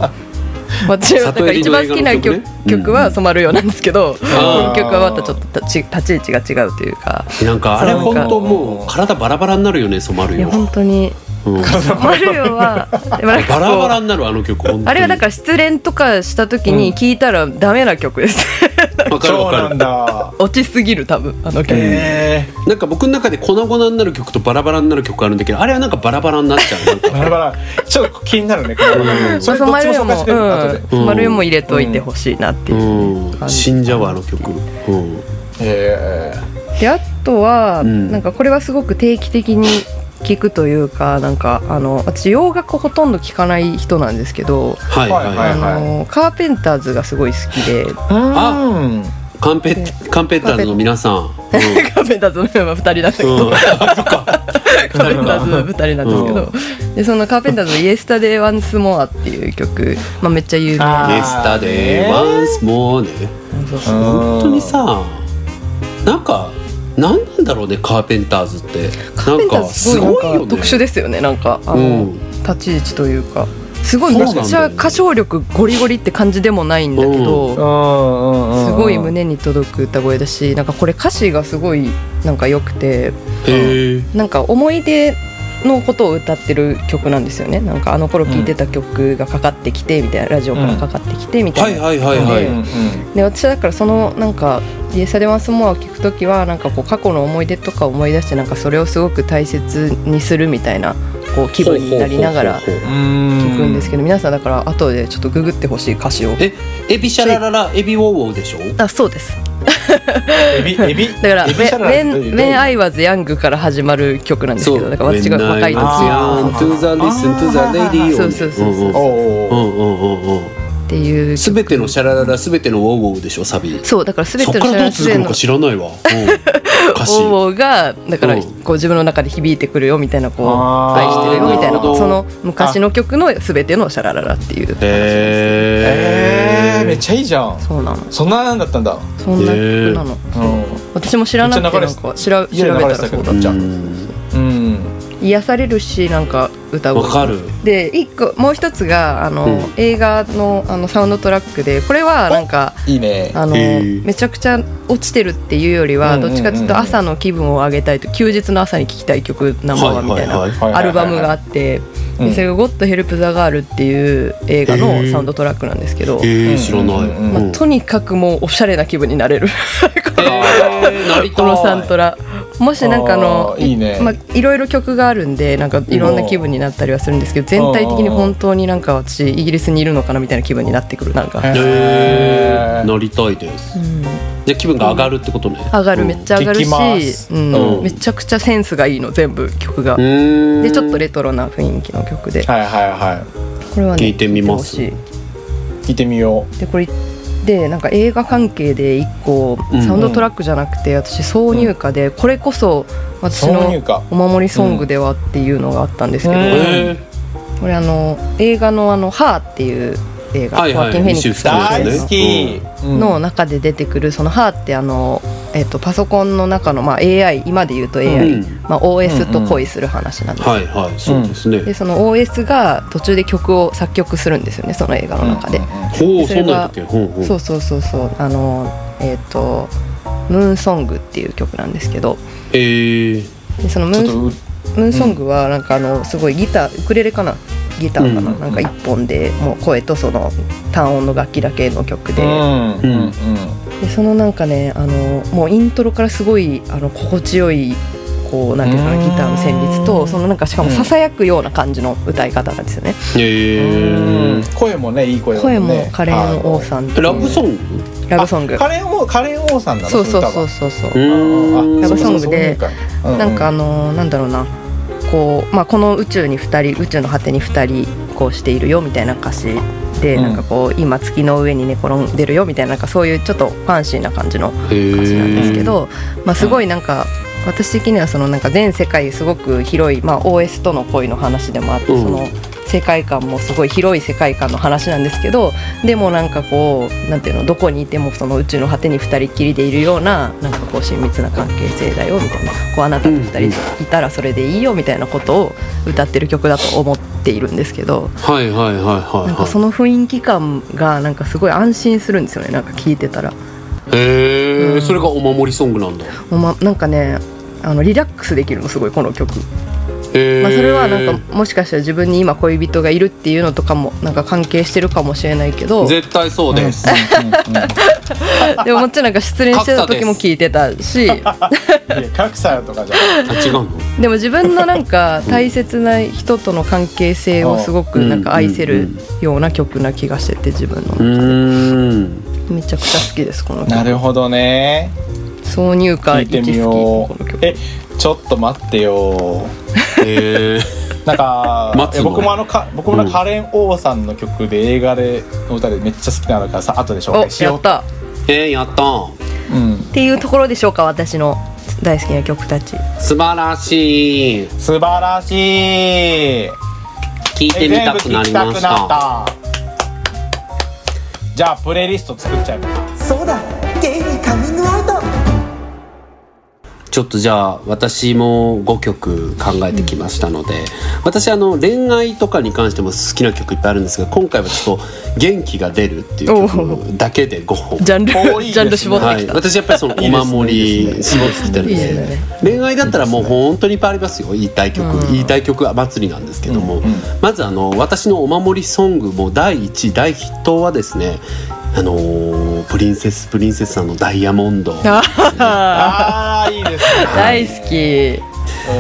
C: 私はだから一番好きな
B: 里
C: 曲,、
B: 入りの映画の曲ね
C: 曲は「染まるよ」なんですけど、こ
B: あー
C: の曲はまたちょっと立ち立ち位置が違うというか
B: なんかあれ本当もう体バラバラになるよね染まる
C: いや
B: よ *laughs*
C: 本当に
B: うん
C: マルヨはでもなんか
B: バラバラ
C: こう
B: になるあの曲本当に
C: あれはだから失恋とかした時に聞いたらダメな曲 *laughs* です。
B: *laughs* わかる
A: そう
B: わ
A: な
B: か
A: ん
B: る
A: だ
C: 落ちすぎる多分あの曲。
A: えー
B: なんか僕の中で粉々になる曲とバラバラになる曲あるんだけどあれはなんかバラバラになっちゃうなんか
A: バラバラちょっと気になるねこれ、
B: うん
A: それど
C: の
A: っ
C: マ
A: ちも
C: ルヨ
A: 紹介
C: も
A: してる、後で、
B: うん
C: 丸も入れといてほしいなっていう。
B: うん死んじゃうわあの曲うん
A: え
C: であとは、
B: うん
C: なんかこれはすごく定期的に聞くというかなんかあの私洋楽ほとんど聞かない人なんですけど、
B: はいはい
A: は
B: はいい
C: あのカーペンターズがすごい好きで
A: ー、うん
B: カンペカンペッターズの皆さん、うん
C: *laughs* カーペンターズのメンバー2人なんだけど、
B: うん、
C: *laughs* カーペンターズの2人なんですけど、でそのカーペンターズの「イエスタデイ・ワンス・モア」っていう曲、まあ、めっちゃ有名
A: あ
B: イエスタデイ、ワンスモーね。
C: そうそう
B: 本当にさ、なんか、なんなんだろうね、カーペンターズって。
C: カー
B: な
C: ペ
B: ん
C: ンタ
B: か、
C: ーズす
B: す
C: ご
B: ご
C: い
B: い
C: なん
B: よ
C: か
B: ね。
C: 特殊ですよねなんかあ
B: う
C: の、
B: ん、
C: 立ち位置というかすごい
B: そう
C: め
B: なんだよ
C: っちゃ歌唱力ゴリゴリって感じでもないんだけど、
A: うんうんうん
C: すごい胸に届く歌声だしなんかこれ歌詞がすごいなんか良くて
B: へえ、
C: なんか思い出のことを歌ってる曲なんですよねなんかあの頃聴いてた曲がかかってきてみたいな、ラジオからかかってきてみた
B: はいい
C: な、
B: はいはいはい。
A: うんうん
C: で私はだからそのなんか「イエサデマスモア」を聴く時はなんかこう過去の思い出とか思い出してなんかそれをすごく大切にするみたいなこう気分になりながら
B: ほうほうほうほう
A: うん
C: 聴くんですけど、皆さんだから後でちょっとググってほしい歌詞を
B: えエビシャラララエビウォーウォーでしょ
C: あそうです
A: エビエビ
C: だから「
A: エビシャラ
C: When,
A: どういう
C: When When I Was Young」から始まる曲なんですけどだから私が若い時
A: あ
B: When I was young, to the listen to the lady
C: そうそうそうそうん
A: おお
B: うんうんうんうんうん
C: っていう
B: すべてのシャラララすべてのウォーウォーでしょサビ
C: そうだから全
B: そってか
C: の
B: らどう
C: 知
B: 続く
C: ら
B: の
C: の
B: か知らないわ、うん、歌詞
C: 王がだから
B: うん
C: こう自分の中で響いてくるよみたいなこう
A: あー
C: 愛してるよみたい
B: なる
C: な
B: ほど
C: その昔の曲の全てのシャラララっていう
A: え
B: え
A: ー、めっちゃいいじゃん
C: そうなの
A: そんななんだったんだ
C: そんな曲なの
A: うん
C: 私も知らなくてなんか調べ
A: いや
C: 調べ
A: 流れ
C: たら
A: てたけ
C: そ
A: ど
C: うだ
A: めっちゃ
B: うん
A: うん
C: 癒されるしなんか歌
B: わか
C: 声
B: る
C: で一個もう一つがあの、
B: うん
C: 映画のあのサウンドトラックでこれはなんか
A: いいね
C: あの
B: へー
C: めちゃくちゃ落ちてるっていうより
A: う
C: は
A: んうんうん
C: どっちかというと朝の気分を上げたいと休日の朝に聴きたい曲ナンバーワンみたい
B: は
C: ない
B: はい
A: はい
C: アルバムがあって
A: うん
C: でそれが「ゴッドヘルプザガールっていう映画
B: へ
C: の
B: ー
C: サウンドトラックなんですけど、
B: えー、知らない、
A: うん
C: まあ、とにかくもうおしゃれな気分になれる
B: えー、なり
C: このサントラ。もしなんかあの
A: あーいいね
C: まあ、いろいろ曲があるんでなんかいろんな気分になったりはするんですけど全体的に本当になんか私イギリスにいるのかなみたいな気分になってくるなんか、
B: えー、なりたいです
C: うん
B: じゃあ気分が上がるってことね、
C: 上がるめっちゃ上がる
A: 聞きます
C: し、うん
B: うん
C: めちゃくちゃセンスがいいの全部曲が
B: う。ん
C: でちょっとレトロな雰囲気の曲で
A: はいはいは
C: これはね
B: 聞いてみます
C: 聞いてほ
A: い聞いてみよ
C: しいでこれでなんか映画関係で一個
B: うん
C: サウンドトラックじゃなくて私挿入歌でこれこそう私
A: 挿入
C: の
A: 歌
C: お守りソングではっていうのがあったんですけど、
A: うん
B: えー、
C: これあの映画のあのハーっていう映画、
B: はいはい
C: ホアキンフェニックス
A: 大好き
C: の中で出てくるそのハーってあのえっとパソコンの中のまあ AI 今で言うと AI、
B: うん
C: まあ OS と恋する話なんですけど
B: はいはいそうですね、
C: でその OS が途中で曲を作曲するんですよねその映画の中で、
B: ほう
C: でそ
B: そ
C: れ
B: んなんだっ
C: が
B: けほうほう
C: そうそうそうそうあのえっ、と「ムーンソング」っていう曲なんですけど
B: えー、
C: でそのム
A: ちょっ
C: ーン
A: とう
C: ムーンソングはなんかあのすごいギターウクレレかなギターかな、
B: うん
C: なんか一本でもう声とその単音の楽器だけの曲で,、
A: うんうんうん
C: でそのなんかねあのもうイントロからすごいあの心地よいこうなんていうか
A: う
C: なんギターの旋律とそのなんかしかも
A: うん
C: ささやくような感じの歌い方なんですよね。
A: う
B: え
A: ん声もねいい声だ
C: 声
A: んね
C: もカレン王さんってい
B: ー、
C: う
B: ラブソング
C: ラブソング
A: あカレン王カレン王さんなの
C: そうそうそう
A: う
C: そうそうう
B: ーん
C: ラブソングでなんかあ
A: の
C: のーなんだろうなこうまあこの宇宙に2人宇宙の果てに2人こうしているよみたいな歌詞で、
A: うん
C: なんかこう今月の上に寝転んでるよみたいななんかそういうちょっとファンシーな感じの
B: へー
C: 歌詞なんですけど、まあすごいなんか。私的にはそのなんか全世界すごく広い、まあ、OS との恋の話でもあって、
B: うん
C: その世界観もすごい広い世界観の話なんですけどでもなんかこうなんていうのどこにいてもその宇宙の果てに2人っきりでいるようななんかこう親密な関係性だよみたいなこうあなたと2人でいたらそれでいいよみたいなことを歌ってる曲だと思っているんですけど
B: はいはいはいはいはい
C: なんかその雰囲気感がなんかすごい安心するんですよねなんか聞いてたら。
B: へえ、
C: うん
B: それがお守りソングなんだへ
C: もうま、なんかねあのリラックスできるのすごいこの曲。
B: えへー
C: まあ、それはなんかもしかしたら自分に今恋人がいるっていうのとかもなんか関係してるかもしれないけど
B: 絶対そうです、
C: でももちろんなんか失恋してた時も聞いてたし
A: いや格差とかじゃ
B: あ違うの
C: でも自分のなんか大切な人との関係性をすごくなんか愛せるような曲な気がしてて自分
B: う
C: の
B: ーん
C: めちゃくちゃ好きですこの
A: な
C: 曲
A: るほどね
C: 挿入歌
A: 聞いて
C: 一
A: み
C: 好
A: よ
C: きこの
A: う
C: 曲
A: えちょっと待ってよ
B: へえ
A: なんか
B: 待つの
A: いや僕もあのか僕も
B: う
A: なんカレン王さんの曲で映画での歌でめっちゃ好きなのからさ後で紹
C: お
A: 介し
C: や
A: よ
C: ったっ
B: えー、やった
A: う、うん、
C: ていうところでしょうか私の大好きな曲たち
B: 素晴らしい
A: 素晴らしい
B: 聞いてみたくなりました
A: たじゃあプレイリスト作っちゃいます
D: そうだゲイにカミングアウト
B: ちょっとじゃあ私も5曲考えてきましたので、私あの恋愛とかに関しても好きな曲いっぱいあるんですが今回はちょっと「元気が出る」っていう曲だけで5本
C: ジャンル
A: おーいいですね
C: ジャンル絞って
B: は
C: き
B: い、
C: た、
B: 私やっぱりそのお守り絞ってきてるんで
C: いいですね
B: 恋愛だったらもう本当にいっぱいありますよ言いたい曲、言いたい曲は祭りなんですけども、
A: うんうん
B: まずあの私のお守りソングも第1位第筆頭はですねあのープリンセスプリンセスさんの「ダイヤモンド」
C: あー
A: ああいいですね
C: 大好き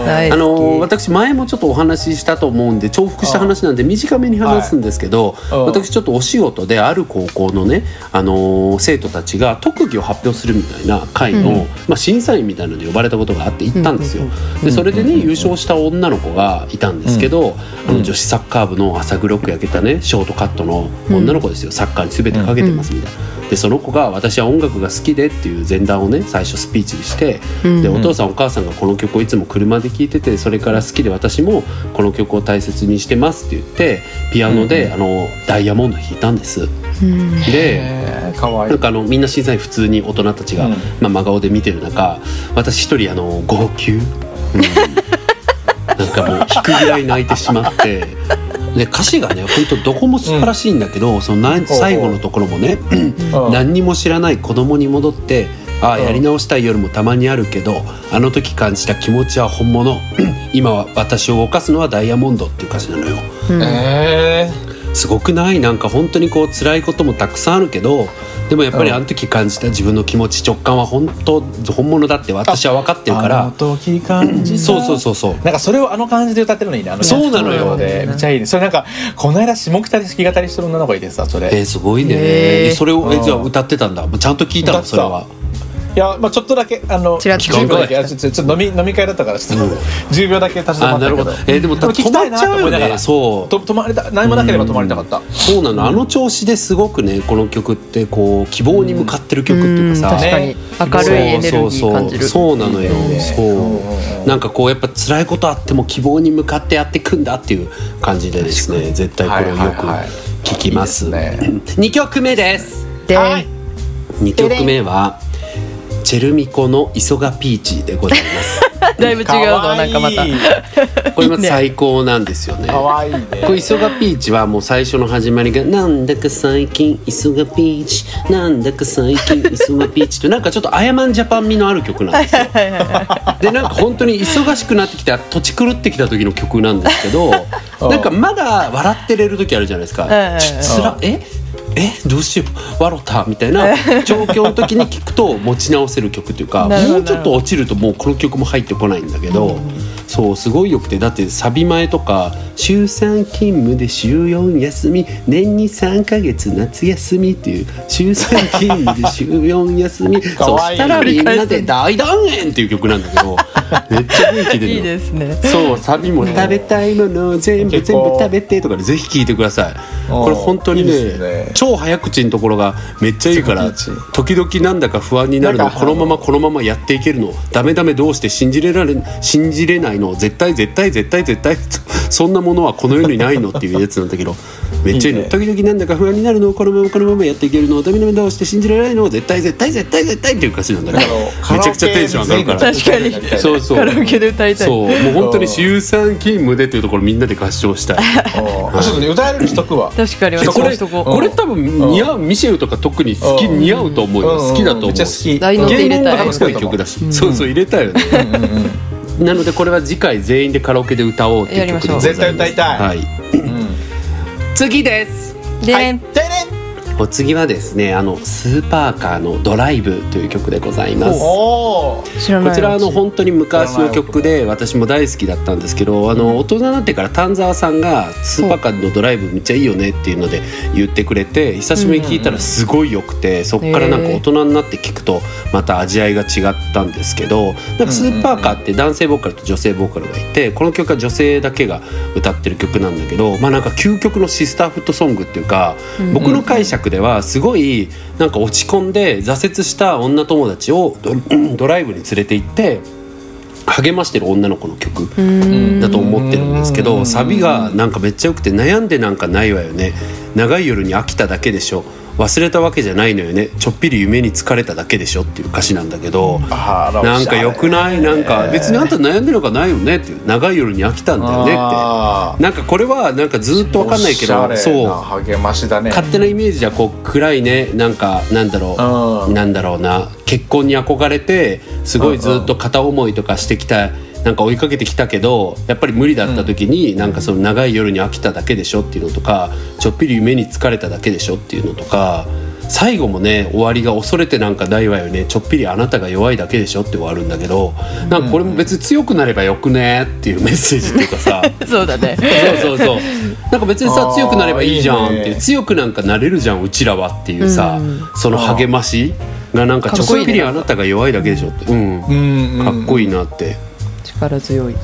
C: 大
B: あ
C: 好き、
B: のー私前もちょっとお話ししたと思うんで重複した話なんで短めに話すんですけど、
A: はいうん
B: 私ちょっとお仕事である高校のね、あのー生徒たちが特技を発表するみたいな会の、まあ、審査員みたいなので呼ばれたことがあって行ったんですよ。でそれでね優勝した女の子がいたんですけど、あの女子サッカー部の朝黒く焼けたねショートカットの女の子ですよサッカーに全てかけてますみたいな。でその子が「私は音楽が好きで」っていう前段をね最初スピーチにして、
C: うん
B: でお父さんお母さんがこの曲をいつも車で聴いててそれから好きで私もこの曲を大切にしてますって言ってピアノで、あのダイヤモンド弾いたんです。
C: うん
B: で
A: えー、かわい
B: ないんかあのみんな審査員普通に大人たちが、
A: うん
B: まあ、真顔で見てる中私一人あの号泣、うんなんかもう引くぐらい泣いてしまってで歌詞がね本当どこも素晴らしいんだけど、そのな
A: ほう
B: 最後のところもね
A: うん
B: 何にも知らない子供に戻ってああやり直したい夜もたまにあるけどあの時感じた気持ちは本物今は私を動かすのはダイヤモンドっていう歌詞なのよ
C: うん
A: え
B: すごくないなんか本当にこう辛いこともたくさんあるけどでもやっぱり
A: うん
B: あの時感じた自分の気持ち直感は本当本物だって私は分かって
A: ー、
B: るか
A: あの
B: ら
A: 時感じた
B: そうそうそうそう
A: なんかそれをあの感じで歌ってるのいいねあの
B: そうなのよ
A: でめっちゃいいねそれなんかこの間下北で弾き語りしてる女の子がいてさそれ
B: えー、すごいね、
C: へー
B: それを
A: う
B: え
A: ん
B: じゃあ歌ってたんだちゃんと聞いた
A: 歌って
B: の
A: た
B: それはい
A: やまあちょっとだけあの
C: ちらっと
A: 10秒だけあちょちょちょっと飲み飲み会だったからちょっと、10秒だけ立ち止ま
B: あ
A: っ
B: な
A: たけ
B: るほ
A: ど
B: どえーでも
A: でも聞
B: 止
A: き
B: ま
A: たい
B: っ
A: な
B: ち
A: と
B: ゃう
A: 思いなが
B: よね
A: ら
B: そう
A: と止まれた何もなければ止まりたかった
B: そうなの、あの調子ですごくねこの曲ってこう希望に向かってる曲っていうかさ、
C: ん確かに
A: ね
C: 明るいエネルギー感じる
B: そうそうそうそうなのよ、
A: ね
B: そうなんかこうやっぱ辛いことあっても希望に向かってやっていくんだっていう感じでですね絶対これをよく
A: はいはいはい
B: 聞きます,、
A: いいです
B: 2曲目です
C: で、
A: はい
B: 2曲目はチェルミコの「イソガピーチ」でござい
C: *laughs*
B: ます
C: だいぶ違うぞ
A: 可
C: な
A: 愛
C: ん
A: い
C: かまた
B: これも最高なんですよね
A: かわいいね
B: これイソガピーチはもう最初の始まりが「なんだか最近イソガピーチなんだか最近イソガピーチ」となんかちょっとアヤマンジャパン味のある曲なんですよ。 *laughs* でなんか本当に忙しくなってきた土地狂ってきた時の曲なんですけど
A: うん
B: なんかまだ笑ってれる時あるじゃないですか
C: うんうんうん。
B: ちょつらええどうしよう笑ったみたいな状況の時に聞くと持ち直せる曲というか
C: なるほど
B: もうちょっと落ちるともうこの曲も入ってこないんだけど、そうすごいよくてだってサビ前とか「週3勤務で週4休み年に3ヶ月夏休み」っていう「週3勤務で週4休み」
A: か
B: そ
A: わい
B: し
A: い
B: たらみんなで大団円っていう曲なんだけどめっちゃ雰囲気出るの
C: いいですね
B: そうサビもね「食べたいものを全部
A: 結
B: 全
A: 構
B: 部食べて」とかでぜひ聴いてください
A: おー
B: これ本当にね
A: いいですね
B: 超早口のところがめっちゃいいから
A: すご
B: 時々なんだか不安になる
A: な
B: の
A: んか
B: このままこのままやっていけるのダメダメどうして信じれられ信じれないの絶対絶対絶対絶対そそんなものはこの世にないのっていうやつなんだけどめっちゃいいの
A: いいね
B: 時々なんだか不安になるのこのままこのままやっていけるのダメダメどうして信じられないの絶対絶対絶対絶対っていう歌詞なんだけどめちゃくちゃテンション上がるから。
C: 確かに
B: そうそう
C: カラオケで歌いたい
B: そうもう本当に週産勤務でっていうところみんなで合唱し
A: *laughs*
B: たい
A: おーちょっとね歌えるのしとくわ
C: 確かに
B: え
C: 私
B: こ
C: も
B: れ
C: しと
B: こ
C: こ
B: れ多分似合うミシェルとか特に好き
A: うん
B: 似合うと思うよ
A: うん
B: 好きだと思
A: め
B: う
A: っちゃ好き
C: 大の手入れたい
B: 芸能がかっこいい曲だしそうそう入れたいよね
A: うんうんうん
B: なのでこれは次回全員でカラオケで歌おうっていう曲でございます
A: やりましょう絶対歌いたい
B: はい、次です
C: で、
A: はいでね
B: お次はですねあのスーパーカーの「ドライブ」という曲でございます
A: おー
C: 知らない
B: こちらあの本当に昔の曲で私も大好きだったんですけどあの大人になってから丹沢さんが「スーパーカーのドライブめっちゃいいよね」っていうので言ってくれて久しぶりに聞いたらすごい良くてそっからなんか大人になって聞くとまた味わいが違ったんですけどなんかスーパーカーって男性ボーカルと女性ボーカルがいてこの曲は女性だけが歌ってる曲なんだけどまあなんか究極のシスターフットソングっていうか僕の解釈ではすごいなんか落ち込んで挫折した女友達をドドライブに連れて行って励ましてる女の子の曲
C: うん
B: だと思ってるんですけ
A: うん
B: どサビがなんかめっちゃ良くて悩んでなんかないわよね長い夜に飽きただけでしょ忘れたわけじゃないのよねちょっぴり夢に疲れただけでしょっていう歌詞なんだけど。
A: あら
B: なんか良くないなんか別にあん
A: た
B: た悩んでるかないよねっていう長い夜に飽きたんだよねっ
A: ね
B: てなんかこれはなんかずっと分かんないけどそう
A: う励ましだね
B: 勝手なイメージじゃこう暗いねなんかなんだろう
A: うん
B: なんだろうな結婚に憧れてすごいずっと片思いとかしてきたなんか追いかけてきたけどやっぱり無理だった時に、なんかその長い夜に飽きただけでしょっていうのとかちょっぴり夢に疲れただけでしょっていうのとか最後もね終わりが恐れてなんかないわよねちょっぴりあなたが弱いだけでしょって終わるんだけどなんかこれも別に強くなればよくねっていうメッセージっていうかさ
C: そうだね
B: そうそうそう *laughs* なんか別に
A: あ
B: さ
A: ー
B: 強くなればいいじゃんっていう
A: いいね
B: 強くなんかなれるじゃんうちらはっていうさ、
C: うん
B: その励ましがなんか
C: か
B: ちょ
C: っこい
B: っ
C: いね
B: ぴりあなたが弱いだけでしょって、うん、か
A: うんうん
B: っこいいなって、
C: 力強い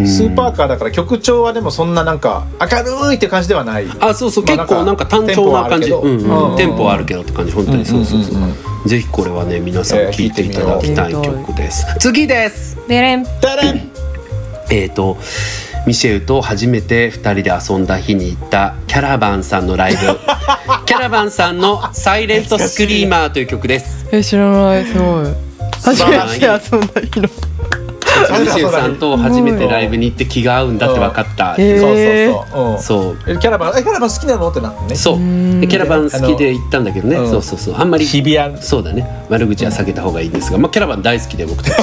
B: うん
A: スーパーカーだから曲調はでもそんななんか明るいって感じではない
B: あそうそう
A: まあ
B: 結構なんか単調な感じ、
A: テンポはある
B: う
A: けど
B: んうん
A: うん
B: テンポはあるけどって感じ本当にそうそうそ
A: う
B: う,、
A: んうんうん
B: ぜひこれはね皆さん
A: えー
B: 聞いていただきたい
C: 聞いてみよう
B: 曲です、次です
C: でれん
A: だれ
B: えー、とミシェルと初めて2人で遊んだ日に行ったキャラバンさんのライブキャラバンさんの「サイレントスクリーマー」という曲です
C: え知らないすごい初
A: ら
B: ない
C: めて遊んだ日の
B: ミシェルさんと初めてライブに行って気が合うんだって分かった、
C: へー
A: そうそうそううん
B: そう
A: えキャラバンえキャラバン好きなのってなってね
B: そう
C: うん
B: でキャラバン好きで行ったんだけどね
A: あの
B: そうそうそうあんまり
A: 日比谷
B: そうだね悪口は避けた方がいいんですが、まあ、キャラバン大好きで僕たち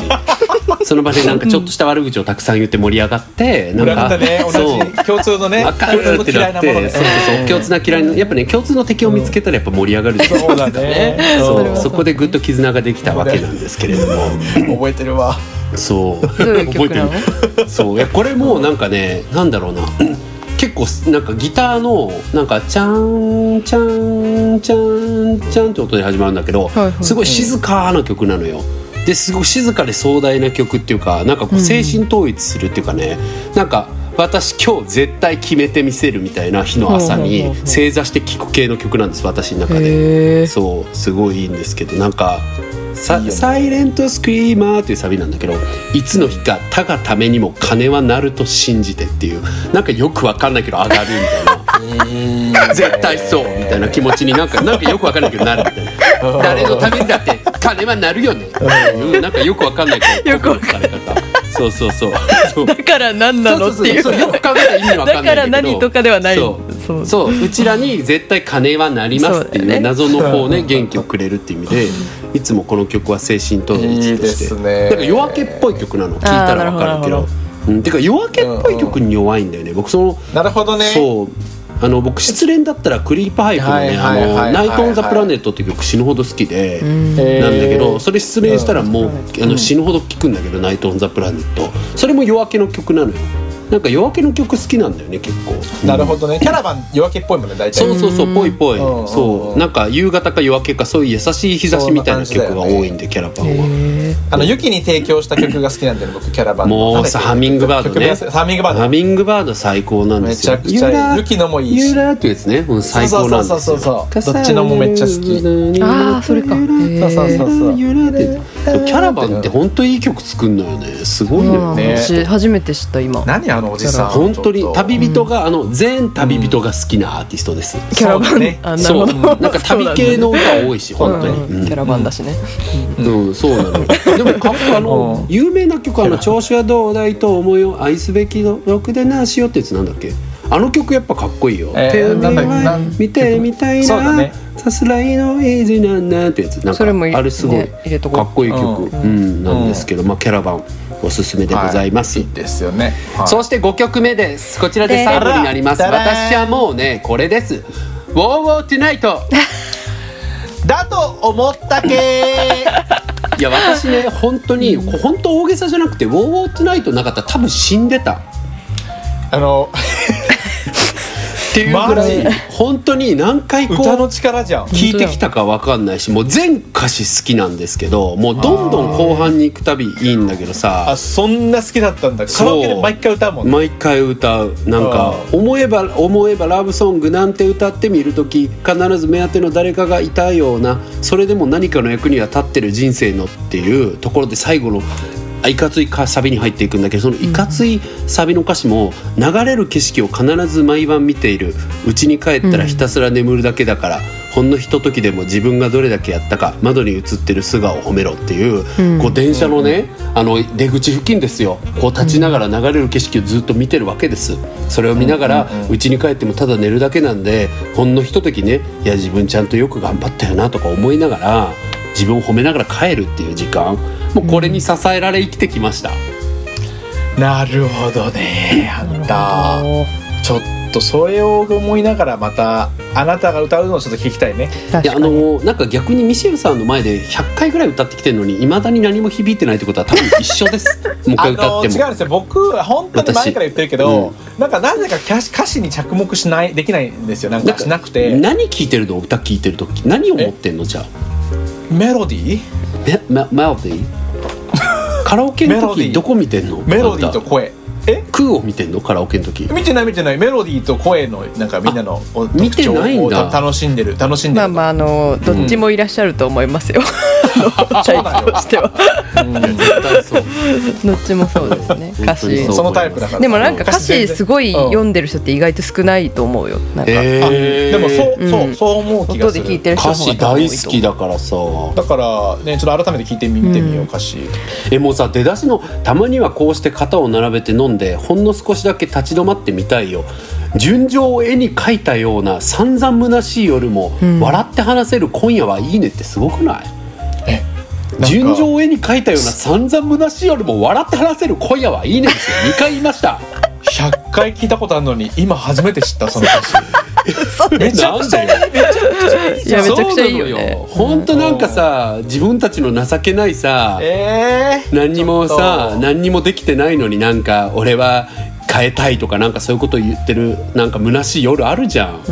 B: その場でなんかちょっとした悪口をたくさん言って盛り上がってなん
A: 裏だ
B: か、
A: ね
B: そう
A: 同じ共通のね
B: 分かる
A: 共通
B: って
A: の嫌
B: ないっ
A: なものね
B: てそうそうそう共通な嫌いなやっぱね共通の敵を見つけたらやっぱ盛り上がるじゃ
A: そうだ
B: ないですか
A: ね
C: そ
B: そ
C: れ
B: う
C: は
B: そこでぐっと絆ができたわけなんですけれども
A: うん覚えてるわ
B: そう
C: どういう曲なの
B: 覚えてるそういやこれもなんかねなんだろうな *clears throat* 結構すなんかギターのなんかチャンチャンチャンチャンって音で始まるんだけど、
C: はいはい
B: すごい静かな曲なのよ。ですごい静かで壮大な曲っていうかなんかこう精神統一するっていうかね、なんか私今日絶対決めてみせるみたいな日の朝
C: ほうほう
B: に
C: ほうほう
B: 正座して聴く系の曲なんです私の中で。
C: へえ
B: そうすごいいいんですけどなんか
A: い
B: サ
A: いよね
B: サイレントスクリーマー」っていうサビなんだけど「いつの日か他がためにも金はなると信じて」っていうなんかよくわかんないけど上がるみたいな。絶対そうみたいな気持ちになんかなんかよくわかんないけどなるみたいな誰のためにだって金はなるよねうんなんかよくわかんないけど
C: よくわか
B: んないそうそうそうそう
C: だから何なのっていう
B: そうそうそうよく考えたら意味わかん
C: だ
B: な
C: か
B: いけど
C: ら何とかではない
B: そう
C: そう
B: そううちらに絶対金はなりますってい
C: そうだよね
B: う謎のこう
A: う
B: ね
A: ん
B: 元気をくれるっていう意味でいつもこの曲は精神統
A: いい
B: 一と
A: で
B: して
A: すね
B: なんか夜明けっぽい曲なの聞いたらわかるけ
C: あーなるほどなる
B: どうんてか夜明けっぽい曲に弱いんだよね僕その
A: なるほどね
B: そうあの僕失恋だったらクリーパーハイプのね「
A: は
B: あ
A: いはいはい
B: の
A: は
B: ナ
A: い
B: イト・オン・ザ・プラネット」っていう曲死ぬほど好きで。
C: うん
A: えー
B: なんだけどそれ失恋したらもうあの死ぬほど聴くんだけど「ナイト・オン・ザ・プラネット」それも夜明けの曲なのよなんか夜明けの曲好きなんだよね結構
A: なるほどねキャラバン夜明けっぽいもんね大体
B: そうそうそうぽいぽい
A: うん
B: そう
A: うん
B: なんか夕方か夜明けかそういう優しい日差しみたいな曲が多いんでキャラバンは
C: へ
A: あのユキに提供した曲が好きなんだよ僕キャラバンの
B: もうさハミングバード
A: 曲
B: ね
A: 名忘れハミングバード
B: ハミングバード最高なんで
A: め
B: す
A: ち
B: よ
A: ゃくちゃいいユキのもいい
B: ユー
A: し
B: ラーっていうやつね、うん、最高なんですよ
A: そうそうそうそうどっちのもめっちゃ好き
C: あーそれかへー
A: そうそうそうそう
B: ユーラーってそうキャラバンって本当いい曲作んのよねすごいのよ
A: ね
B: ね
C: 私初めて知った今
A: 何あのおじさん
B: 本当に旅
A: 人
B: 人があの全旅人が好きなアーティストです、
C: キャラバン
A: ね
C: あなる
B: そ
C: ほ
B: う
C: ど
B: なんか旅系の歌多いし本当に、
C: うんキャラバンだしね
B: うん、そうなのよ。でも、かっこあ
A: う
B: の、有名な曲、あの、調子はどうだいと思いを愛すべきの、ろくでなしよってやつなんだっけ。あの曲やっぱかっこいいよ。
A: えー
B: 手を
A: なんだっけ
B: 見
A: なん
B: 見てみたい
A: そうだね
B: な。さすらいのイージーなんだってやつ、なんか、
C: それもい
B: あれすごい。
C: ね入れとこう
B: かっこいい曲、
A: う
B: うん、なんですけど、まあ、キャラバン。おすすめでございます、
A: はいいいですよね、はい
B: そして5曲目ですこちらで最後になります
A: でらら
B: 私はもうねこれです「ウォーウォートゥナイト」
A: だと思ったけ
B: *laughs* いや私ね本当にこう本当大げさじゃなくて「ウォーウォートゥナイト」なかったら多分死んでた
A: あの
B: っていうぐらい
A: マ
B: 本当に何回こ
A: *laughs* 歌の
B: う
A: 力じゃん
B: 聞いてきたか分かんないしもう全歌詞好きなんですけどもうどんどん後半に行くたびいいんだけどさ
A: あそんな好きだったんだ
B: そ
A: カ
B: う
A: ラオケで毎回歌うもんね
B: 毎回歌うなんか
A: あ
B: 思えば思えばラブソングなんて歌ってみる時必ず目当ての誰かがいたようなそれでも何かの役には立ってる人生のっていうところで最後のいかついかサビに入っていくんだけどそのいかついサビの歌詞も流れる景色を必ず毎晩見ているうちに帰ったらひたすら眠るだけだから、ほんのひとときでも自分がどれだけやったか窓に映ってる素顔を褒めろっていう、
C: うん
B: こう電車のねあの出口付近ですよこう立ちながら流れる景色をずっと見てるわけですそれを見ながらうち、に帰ってもただ寝るだけなんでほんのひとときねいや自分ちゃんとよく頑張ったよなとか思いながら自分を褒めながら帰るっていう時間もうこれに支えられ生きてきました、
A: なるほどねあんたちょっとそれを思いながらまたあなたが歌うのをちょっと聞きたいね
C: 確
B: いや
C: か
B: あ
C: に
B: のなんか逆にミシェルさんの前で100回ぐらい歌ってきてるのにいまだに何も響いてないってことは多分一緒です
A: *laughs*
B: もう一
A: あ
B: 回歌
A: の
B: っ
A: 違
B: て
A: うん
B: も
A: ですよ僕は本当に前から言ってるけど、なんかなぜか歌詞歌詞に着目しないできないんですよなん
B: なん
A: か
B: か
A: しなくて
B: 何聴いてるの歌聴いてる時何を持ってんのじゃあ
A: メロディー
B: えメメロデ
A: *laughs*
B: ィーカラオケ
A: メ
B: の
A: ロディ
B: 時
A: ー
B: どこ見てんの
A: メロディーと
B: あん
A: 声
B: た空を見てんのカラオケの時
A: 見てない見てないメロディーと声のなんかみんなのお
B: 見てないんだ
A: 特徴を楽しんでる楽しんで
C: まあ
A: る、
C: まああのどっちもいらっしゃると思いますよ。 *laughs* タイプとしては
A: うん
B: 絶対そう
C: *laughs* どっちもそうですね。歌
B: 本当に
C: 詞
B: そう
A: そのタイプだから
C: でもなんか歌詞すごい
A: うん
C: 読んでる人って意外と少ないと思うよ。なんか
A: あ
B: え
A: で
B: ー
A: もそう、
C: う
A: そ
C: ん
A: うそう思う気
C: 音
A: がす
C: で
A: る
C: 聞いてる人
B: 歌
C: の方
B: 詞
C: が
B: 大
C: 多いと
B: 好きだからさ
A: だからねちょっと改めて聞いてみ見てみよう歌詞、
B: えもうさ出だしのたまにはこうして肩を並べて飲んでほんの少しだけ立ち止まってみたいよ純情を絵に描いたような散々虚しい夜も、
C: うん
B: 笑って話せる今夜はいいねってすごくない
A: えなんか
B: 純情を絵に描いたような散々虚しい夜も笑って話せる今夜はいいねですよ2回言いま
C: *laughs*
B: した
A: 100回聞いたことあるのに今初めて知ったその歌詞
C: *laughs*
A: めちゃくちゃいい
B: なん
A: めちゃくちゃいい
C: いやめちゃくちゃいいよ
B: そ
C: ね
B: うなのほんとなんかさ自分たちの情けないさ、
A: えー、
B: 何にも
A: ちょっ
B: さ
A: と
B: 何にもできてないのになんか俺は変えたいとかなんかそういうこと言ってるなんか虚しい夜あるじゃん、ね
C: う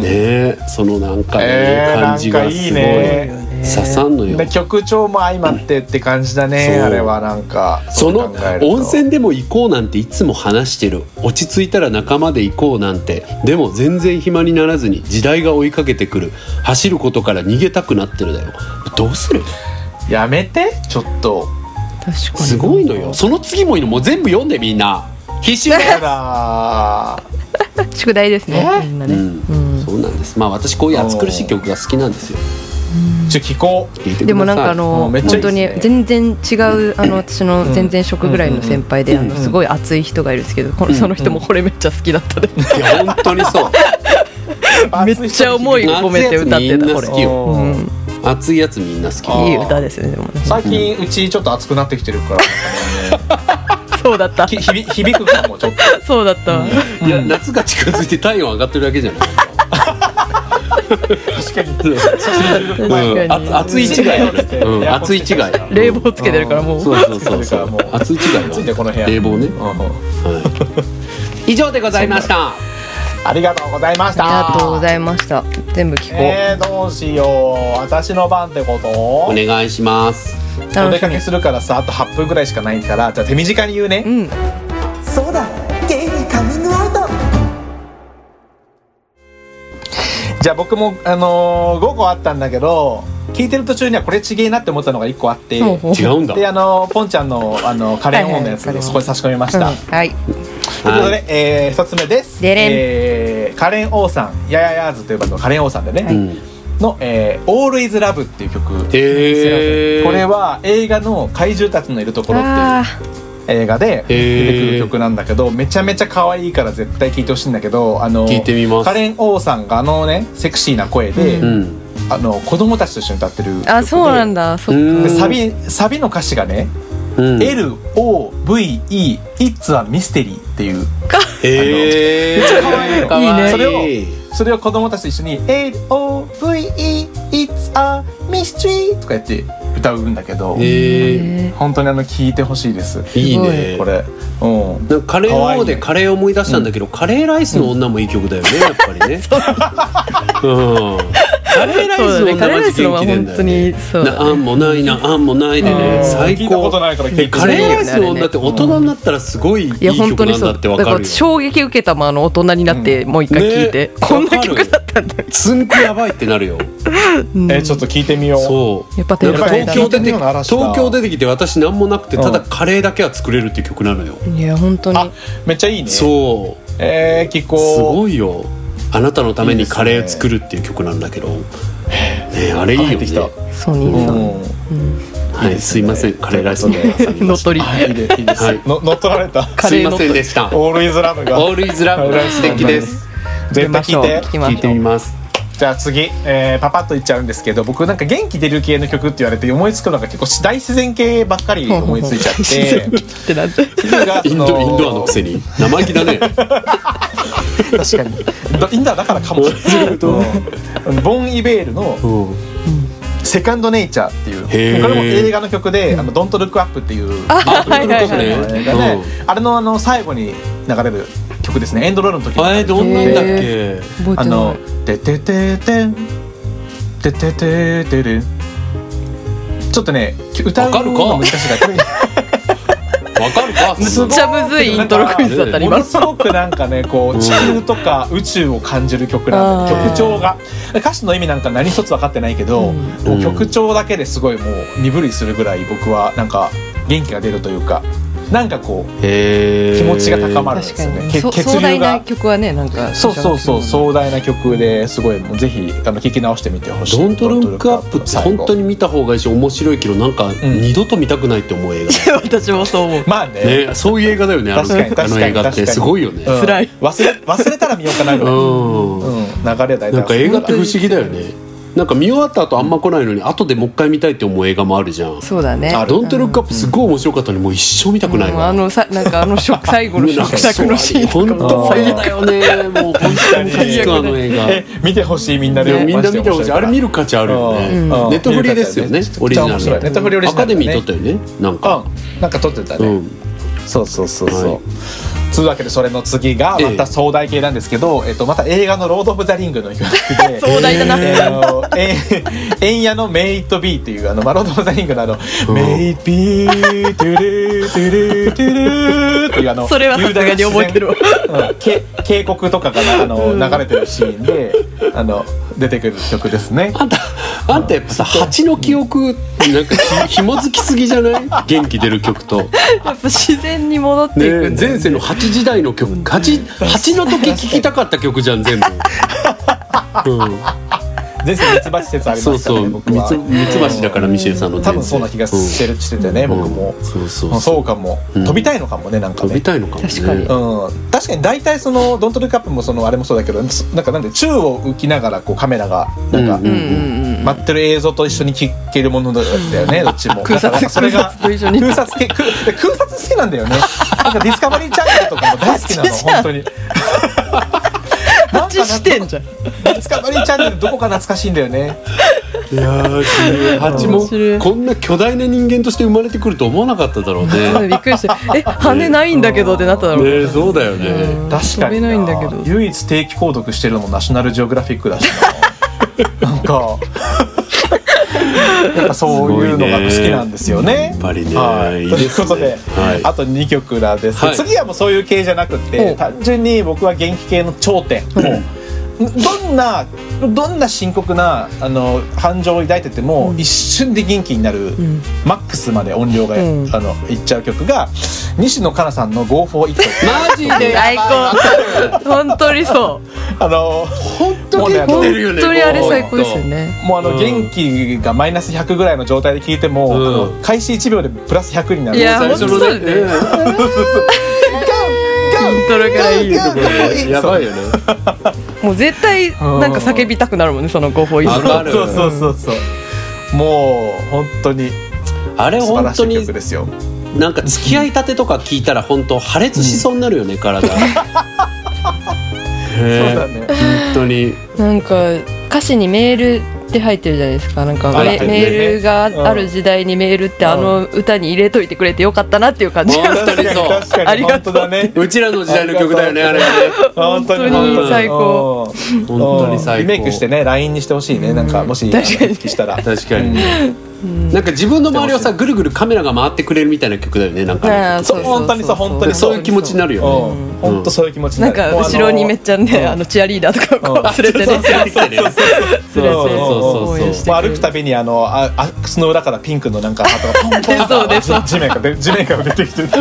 A: うん、
B: えそのなんか、
A: えー
B: 感じがすごい
A: なんかいいね
B: 刺さんのよ
A: で曲調も相まってって感じだね、
B: そう
A: あれはなんか
B: その
A: う考えると
B: 温泉でも行こうなんていつも話してる落ち着いたら仲間で行こうなんてでも全然暇にならずに時代が追いかけてくる走ることから逃げたくなってるだよどうする
A: やめてちょっ
C: *laughs*
A: と
C: 確かに。
B: すごいのよその次もいいのもう全部読んでみんな必死だよ
A: やだー
C: 宿題ですね。みんなね。
B: うんそうなんです。まあ私こういう暑苦しい曲が好きなんですよ。
A: ちょ聞こう
B: 聞いてください。
C: でもなんか
A: も
C: あの
A: うめっちゃい
C: 本
A: いで
C: 当
A: す
C: に
A: ね
C: 全然違うあの私の全然職ぐらいの先輩であ
B: うん
C: のすごい熱い人がいるんですけどこのその人もこれめっちゃ好きだったで
B: いや本当にそう。
C: めっちゃ重い
B: 夏
C: 褒めて歌ってたこ
B: やつみんな
C: れ
B: 好きよ。
A: うん
C: うん
B: 暑いやつみんな好き。
A: あー
C: いい歌ですねでもね
A: 最近うちちょっと熱くなってきてるから
C: そうだった
A: きひび響くかもちょっと
C: *laughs* そうだったわ
B: いや夏が近づいて体温上がってるだけじゃない。
A: 確かに
B: うん
C: 確かに
B: あ暑い違いだね。
A: うん
B: うん暑い違い。
C: 冷房つけてるからもう
B: そうそうそうそう
A: もう。
B: 暑い違い
A: ついて
B: だ
A: こ
B: わ。
A: の部屋
B: 冷房ね。
A: うん
B: はい以上でございました。
A: ありがとうございました
C: ありがとうございました全部聞こう、
A: えー、どうしよう私の番ってこと
B: お
A: お
B: 願いします。
A: 出
C: 楽し
A: か
C: み
A: けするからさあと8分ぐらいしかないからじゃあ手短に言うね
C: うん
D: そうだゲイにカミングアウト
A: じゃあ僕もあの5個あったんだけど聞いてる途中にはこれちげえなって思ったのが1個あって
C: ほうほ
B: 違うんだ。
A: であのポンちゃんのあのカレンオンのやつ
C: はいは
A: で
C: い
A: そこに差し込みまし
C: うん
A: た、
C: はい
A: ということ
B: は
A: で、えー、2つ目です、
C: でれん
A: えーカレン・オーさん「やややーず」というバンドのカレン・オーさんでね、
B: い。うん
A: の「えー、Always Love」っていう曲、
B: へー
A: これは映画の「怪獣たちのいるところ」ってい
C: あ
A: う映画で出てくる曲なんだけどめちゃめちゃ可愛いから絶対聴いてほしいんだけどあの
B: 聞いてみます
A: カレン・オーさんがあのねセクシーな声で、
C: う
B: うん。
A: あの子供たちと一緒に歌ってる曲
C: ーあそうなんだそっ
B: う
C: か
B: ん
A: でサビサビの歌詞がね
B: うん
A: LOVE「It's a Mystery」っていう
B: へえ
A: めっちゃ可愛いの
B: かわいい
A: それそれを子供たちと一緒に「LOVE It's a Mystery」とかやって歌うんだけど
B: へえ
C: え
A: 本当にあの聞いてほしいです
B: いいね
A: これうん
B: なんかカレーの方でカレーを思い出したんだけど、カレーライスの女もいい曲だよね、やっぱり
C: *laughs*
B: ね。うん、カレーライスの
C: そうだねカ
B: 女マ
C: レーライス
B: ジ
C: の
B: 元
C: は
B: 気出んだよね。
C: 本当にそうだね
B: なあんもないなあんもないでね
C: うん
B: 最
A: 聞いたこと
B: 高。
A: ないから結構
B: カレーライスの女って大人になったらすごいいい
C: いや本当
B: 曲
C: に
B: なん
C: そ
B: だ
C: う
B: ってわ
C: だ
B: か
C: か
B: る
C: ら
B: よ。
C: 衝撃受けたまあの大人になってもう一回聞いて、
B: ね
C: こんな
B: わか
C: 曲
B: る
C: だったんだ、
B: つんくやばいってなるよ。
C: うん
A: えちょっと聞いてみよう
B: そう。
C: やっぱ
B: な
C: 天
B: んか
C: 才だ
B: 東京出て
A: 天才だ嵐だ
B: 東京出てきて私何もなくて
A: うん
B: ただカレーだけは作れるっていう曲なのよ。
C: いや本当に
A: あめっちゃいいね
B: そう。
A: えー、聞こう
B: すごいよあなたのためにカレーを作るっていう曲なんだけどねあれいいよ
A: 入
B: ね
A: ってきた
C: ソニーさ
A: う
C: ん、
A: ん
C: うん
B: はい
A: いいですね
B: すいませんカレーライスの皆さんに
C: 乗っ取り、
A: あいいでいいです、
B: はい
A: の乗っ取られ
B: *laughs*
A: た
C: カ
B: す
C: レ
B: い
C: ー
B: ま
C: の
B: せんでしたオ
A: オールイズラブが
B: ールイズラ
A: オー
B: ブ
A: ルイズラブ
B: 素敵です
A: 絶対聞いて
C: 聞きましょう
B: 聞いてみます
A: じゃあ次、えーパパッといっちゃうんですけど僕なんか元気出る系の曲って言われて思いつくのが結構大自然系ばっかり思いついちゃ
B: *laughs*
C: *laughs*
A: って
C: ってなって
A: 次が
B: イ
A: そ
B: ンドインドアのくせに生意気だね
A: 確かにどインドアだからかもしれないうんボン・イベールの
B: うん
A: 「セカンド・ネイチャー」っていう
B: へー
A: これも映画の曲で「あのドント・ルック・アップ」っていう
C: はいはい
A: そ
C: は
A: う
C: い
A: ね
B: はいはい
A: 映画であれのあの最後に流れる曲ですねエンドロールの時
B: あれどんなんだっけ
C: 覚え
A: あ
C: てな
A: の
C: い
A: 「ててててんててててる」ちょっとね歌うのが難しいから
B: わかるか *laughs*
A: すご
C: めっちゃむずいイントロクイズだった
A: も
C: ね今
A: の
C: の
A: すごくなんかねこ
B: う
A: うん地球とか宇宙を感じる曲なんで
C: あー
A: 曲調が歌詞の意味なんか何一つ分かってないけど、
C: うん
A: もう曲調だけですごいもう身震いするぐらい僕はなんか元気が出るというかなんかこう
B: へー
A: 気持ちが高まるんです
C: 確か
A: よ
C: に
A: ね
C: ね
A: け
C: そう
A: 血
C: 壮
A: 流
C: 大な
A: が
C: 曲はねなんか
A: そうそうそう壮大な曲ですごいもうぜひあの聞き直してみてほしい
B: ドントルックアップって本当
A: に
B: に見た方がいいし面白いけどなんか
A: ん
B: 二度と見たくないって思う映画
C: 私もそう *laughs* 思う
A: まあね
B: ね、そういう映画だよね。あの
A: 確かに確か
B: あ
A: に
B: の映画ってすごいよね。
A: うん
C: 辛い
A: 忘れ忘れたら見ようかなぐ
B: う
A: らい、うん
B: ん、
A: 流れは大体
B: なんか映画って不思議だよね。なんか見終わった後あんま来ないのに、後でもう一回見たいって思う映画もあるじゃん。
C: そうだね
A: ある
B: ドントルックアップすごい面白かったのにもう一生見たくない
C: うんあ
B: わ。
C: のさなんかあの食最後の食卓のシーンとか
B: 本当
A: 最
B: 最
A: 悪
B: 悪だよね。もう本当に最悪あの映画。
A: え見てほしいみんなで、
B: でもみんな見てほしい。あれ見る価値あるよね。
A: うん
B: ネットフリですよね。オリジナ
A: めっちゃ面白いネ
B: ル
A: ットフリオリ
B: の。ア
A: ジナ
B: カ
A: ルだ
B: デ
A: ね
B: ミー撮ったよね。なんか。
A: うんなんか撮ってた
B: う
A: ね、
B: ん。
A: そうそうそうそう、
B: はい
A: というわけでそれの次が
B: ええ
A: また壮大系なんですけど、えっと、また映画の「ロード・オブ・ザ・リング」の曲
B: *laughs*
A: で
C: 壮大だな
A: えーあのえーえんやの「メイト・ビー」っていうあの、まあ、ロード・オブ・ザ・リングのあの「
B: ん
A: メイ・ビー・トゥルートゥルートゥルー」っていうあの
C: それはさすがに覚えてるわ
A: うんけ渓谷とかがあの流れてるシーンであの出てくる曲ですね。
B: あんた、あんたやっぱさ、蜂の記憶、なんかひ、紐づきすぎじゃない元気出る曲と。
C: やっぱ自然に戻っていく
B: ね、
C: んだよ
B: 前世の8時代の曲8八の時聴きたかった曲じゃん全部、う
A: 全世ミツバチ説あ
B: ん、
A: り
B: そ
A: ま
B: う
A: した
B: そ
A: ね
B: う
A: 僕
B: ミ
A: は
B: ツミツバチだからミシェルさんの前世
A: 多分そんな気がしてるしててね、
B: うん
A: 僕も
B: う。んそうそう
A: そう
B: そう
A: かも、
B: うん
A: 飛びたいのかもねなんか
B: 飛び
A: ね
B: たいのかもね
C: 確か
A: う
C: に
A: ん、確かに大体その「ドントルックアップ」もそのあれもそうだけどそなんかなんで宙を浮きながらこうカメラがなんか、
B: うん
C: うんうんうん
A: 待ってる映像と一緒に聴けるものだったよね
B: *laughs*
A: どっちも
C: 空撮
A: だからそれが
C: 空撮と一緒に
A: 空撮系空空撮好きなんだよねなんかディスカバリーチャンネルとかも大好きなの本当に
B: *laughs*
A: なんかな
C: してんじゃん
A: ディスカバリーチャンネルどこか懐かしいんだよね
B: いやー蜂
C: 面白
B: も
C: い
B: こんな巨大な人間として生まれてくると思わなかっただろうね
C: びっくりして「え羽ないんだけど」 *laughs* ってなっただろう
B: ねそうだよね
C: ん
A: 確かに
C: 飛べないんだけど
A: 唯一定期購読してるのもナショナルジオグラフィックだし
C: *laughs*
A: ななんか *laughs* やっぱそういうのが好きなんですよね。
B: やっぱりね、
A: はい、
B: い
A: とい
B: で
A: う
B: す
A: こ
B: ね
A: とで、
B: はい
A: あと2曲なんですけど、
B: はい
A: 次はもうそういう系じゃなくて、
C: お
A: 単純に僕は元気系の頂点もうどんなどんな深刻なあの感情を抱いてても、
C: うん
A: 一瞬で元気になる、
C: うん
A: マックスまで音量が、
C: うん
A: あのいっちゃう曲が西野カナさんの「Go for It」
B: マジで
C: 最高本当にそう
A: あの本当に
B: 出
A: も
B: るよ
C: 本
B: ね
C: 当にあれ最高ですよね
A: うあの元気がマイナス100ぐらいの状態で聞いても、
B: うん
A: あの開始1秒でプラス100になる
C: いや
B: 最初のね
C: 本当だよね
B: うん
C: イントロからいいよ
B: これやばいよね
C: もう絶対なんか叫びたくなるもんねそのご法
B: あ
C: 一
B: るある
A: そうそうそうそうもう本当に
B: あれ
A: 素晴
B: 本
A: らし
B: 当
A: い
B: に
A: 曲ですよ
B: なんか付き合いたてとか聞いたら本当破裂しそうになるよね、体ね
A: そう
B: え
A: だね
B: 本当に
C: なんか歌詞にメールって入ってるじゃないですかなんか
A: あ入
C: メ
A: ってるね
C: メールがある時代にメールってあの歌に入れといてくれてよかったなっていう感じが
B: 本当にそう
A: 確か
C: あ
A: に
C: りが
A: 本
C: と
A: 当
C: う
A: だね
B: うちらの時代の曲だよねあれはね
A: 本当に
B: 本当に
C: 最高
A: うん
B: 本当に最高
A: リメイクしてね LINE にしてほしいねなんかもし
C: 確かに
A: 意識したら
B: 確か
A: う
B: に、
A: ん
B: なんか自分の周りをさぐるぐるカメラが回ってくれるみたいな曲だよねなんかね
C: あー
A: そう本当にそう本当に
B: そういう気持ちになるよね
A: うん本当そういう気持ちに
C: なん
A: るも
C: か
A: うあの
C: 後ろにめっちゃね
A: うん
C: あのチアリーダーとか
A: うん
C: こう連れてね
B: そうそうそうそう
C: 連れて
B: そうそう
C: 応
B: そう
C: 援して
B: そう
C: く
A: もう
C: れ
A: 歩
C: る
A: くたびにあのああ靴の裏からピンクのなんかハートがポンポン
C: *laughs* 出そう出そう
A: 地面から地面から出てきてる
C: エフ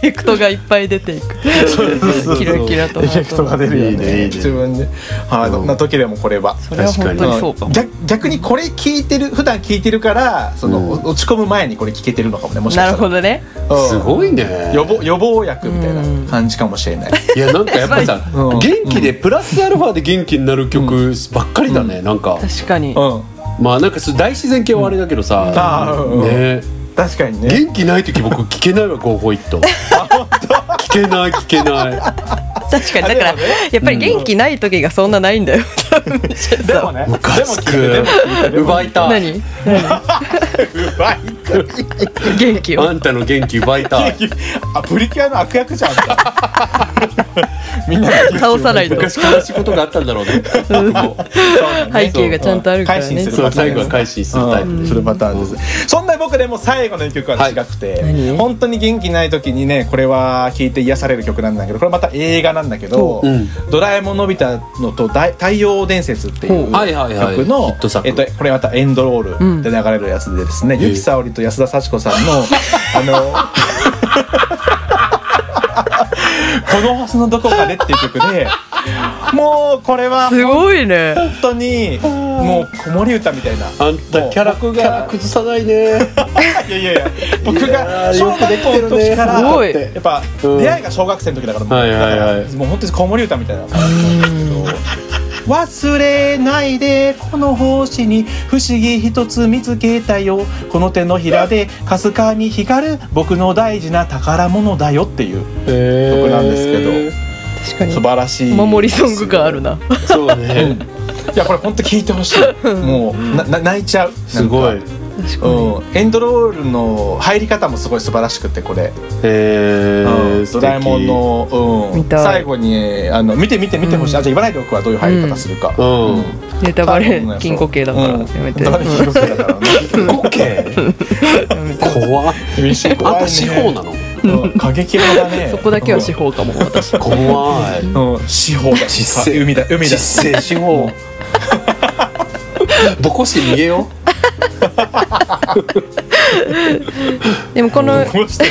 C: ェクトがいっぱい出ていくキラキラと
A: エフェクトが出るよ
B: いいねいい
A: ね
B: ね
A: 自分ではい
B: うん
A: どんな時でもこれは
C: それは本当にそうかも
A: 逆逆にこれ聞いてる普段聞いてるからその、
B: うん
A: 落ち込む前にこれ聞けてるのかもねもしか
C: な
A: し
C: る
A: た
C: ほ
A: ら
C: どね
A: うん
B: すごいね
A: 予防予防薬みたいな感じかもしれない、
B: いやなんかやっぱさ
A: *laughs* うん
B: 元気でプラスアルファで元気になる曲ばっかりだねなんか
C: 確かに
A: うん、
B: まあなんかそう大自然系はあれだけど
A: あ
B: さ
A: ーうん
B: ね
A: 確かにね
B: 元気ない時僕聞けないわゴーホイッ
A: *laughs*
B: ト聞けない聞けない
C: 確かにだからやっぱり元気ない時がそんなないん
A: *laughs*
C: だよ多分シェン
A: で
C: さん
A: もね
B: ムカつく
A: でも聞いてる
B: 奪いたい
C: 何
A: 奪い
C: 元気を
B: あんたの元気奪いたい
A: あプリキュアの悪役じゃんみたいな
C: *laughs*
A: みんなが
C: 倒さないと
B: 昔悲しいことがあったんだろうねもう
C: 背景がちゃんとあるからね
A: 改心する
B: そう最後は改心するタイプ
A: うんそれパターンです、そんな僕でも最後の一曲は違くて、
C: い何
A: 本当に元気ない時にねこれは聴いて癒される曲なんだけどこれまた映画なんだけど「
B: うん
A: ドラえもんのび太のと大太陽伝説」っていう曲
B: ほう
A: の、
B: はいはいはいヒット作
A: えっと、これまたエンドロールで流れるやつでですね、
B: ん
A: ゆきさおりと安田幸子さん
B: *laughs*
A: のあの。 *laughs* この星のどこかでっていう曲でもうこれは
C: すごいね
A: 本当にもう子守歌みたいな
B: あんたキャラ
A: 僕
B: キ
A: が
B: ャラ崩さないね
A: いやいやい
C: *laughs*
A: や僕が
B: いやー
A: 小学校の時から
C: すごい
A: やっぱ
B: うん
A: 出会いが小学生の時だからもう,、
B: はいはいはい
A: だからもう本当に子守歌みたいな忘れないでこの星に不思議一つ見つけたよこの手のひらでかすかに光る僕の大事な宝物だよっていう
B: 僕
A: なんですけど
C: 確かに
A: 素晴らしい
C: 守りソングがあるな
B: そうね
A: いやこれ本当聞いてほしいもうなな泣いちゃう
B: すごい
A: なんかうん、エンドロールの入り方もすごい素晴らしくてこれ
B: え
A: う
B: ー
A: んド
B: 素敵
A: ラえもんの、うん
C: 見、たい
A: 最後にあの見て見て見てほしい、
C: うん
A: あじゃあ言わないでおくはどういう入り方するか、
B: うん
C: ネタバレ金庫系
A: 系
C: だからやめて
A: *laughs* ネタバレ金庫系だからね
B: オッケー
C: やめ
A: *laughs*
C: て
B: 怖っ
A: 厳しい
B: あん
A: 怖い
B: た司法
A: ね
B: なの
A: うん過激派だね
C: そこだけは司法かも私
B: 怖い
A: 法うん司法だ
B: 実
A: あ
B: 践
A: 海だ海だ
B: 実践司法ボコして逃げよう
C: でもこの
A: どうして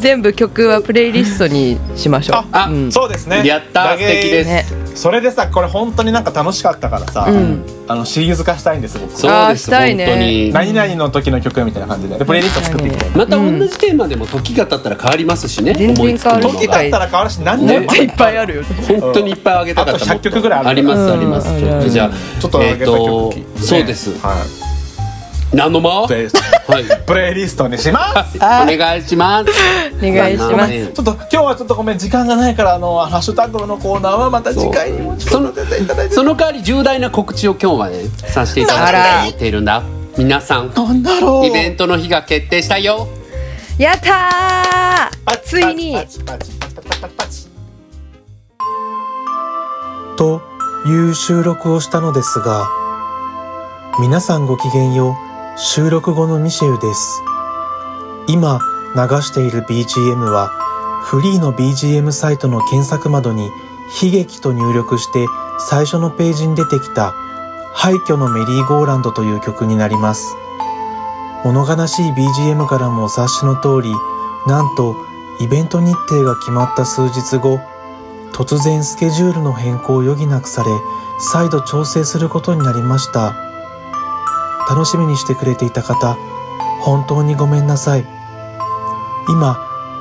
C: 全部曲はプレイリストにしましょう
A: あ
C: うん
A: そうですね
B: やった
A: だ
B: 素
A: け
B: 敵です
C: ね
A: それでさこれ本当になんか楽しかったからさ、
C: うん
A: あのシリーズ化したいんです僕
B: そう
C: あ
B: で
C: ー
B: す
C: したいね
B: 本
A: 何々の時の曲みたいな感じででプレイリスト作っていきたい
B: 当にまた同じテーマでも時が経ったら変わりますしね
C: 全然
B: 思いつく
C: 変わる
B: も
A: 時
B: の
A: だ
B: が
A: ったら変わるし何年
B: ね
C: め
A: も
C: っちゃいっぱいあるよね
B: 本当にいっぱいあげたかった
A: あと100曲ぐらいあ
B: あ
A: る
B: り
A: から
B: ますあります
C: うんある
B: じゃあ
A: ちょっと上げた曲、
B: えーとそうです
A: は
B: ナノマはい *laughs*
A: い、プレイリストにします
B: お願いします
C: お願いします
A: ちょっと今日はちょっとごめん時間がないからあのハッシュタグのコーナーはまた次回にもちょっと
B: そのその代わり重大な告知を今日はねさせていただこうと思っているんだ皆さん
A: なんだろう
B: イベントの日が決定したよ
C: やった
A: パ
C: ー
A: チ
C: ついに
A: パチパチパチパチパチパチという収録をしたのですが皆さんごきげんよう収録後のミシェウです今流している BGM はフリーの BGM サイトの検索窓に悲劇と入力して最初のページに出てきた廃墟のメリーゴーランドという曲になります物悲しい BGM からもお察しの通りなんとイベント日程が決まった数日後突然スケジュールの変更を余儀なくされ再度調整することになりました楽しみにしてくれていた方本当にごめんなさい今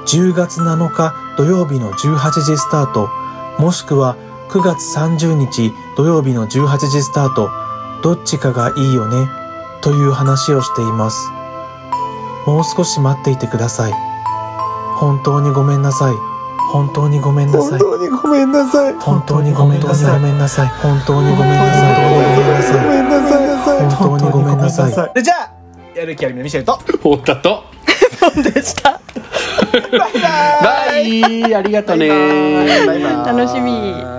A: 10月7日土曜日の18時スタートもしくは9月30日土曜日の18時スタートどっちかがいいよねという話をしています
E: もう少し待っていてください本当にごめんなさい本当にごめんなさい
D: にごめんなさい
E: 本当にごめんなさい本当にごめんなさい
D: ごめんなさい
E: 本当にごめんなさい本当にごめんなさいじゃあやる気ありのミシェルと
B: 太田と
C: でした
E: バイバイ
B: バイありがとね
E: バイバイ
C: 楽しみ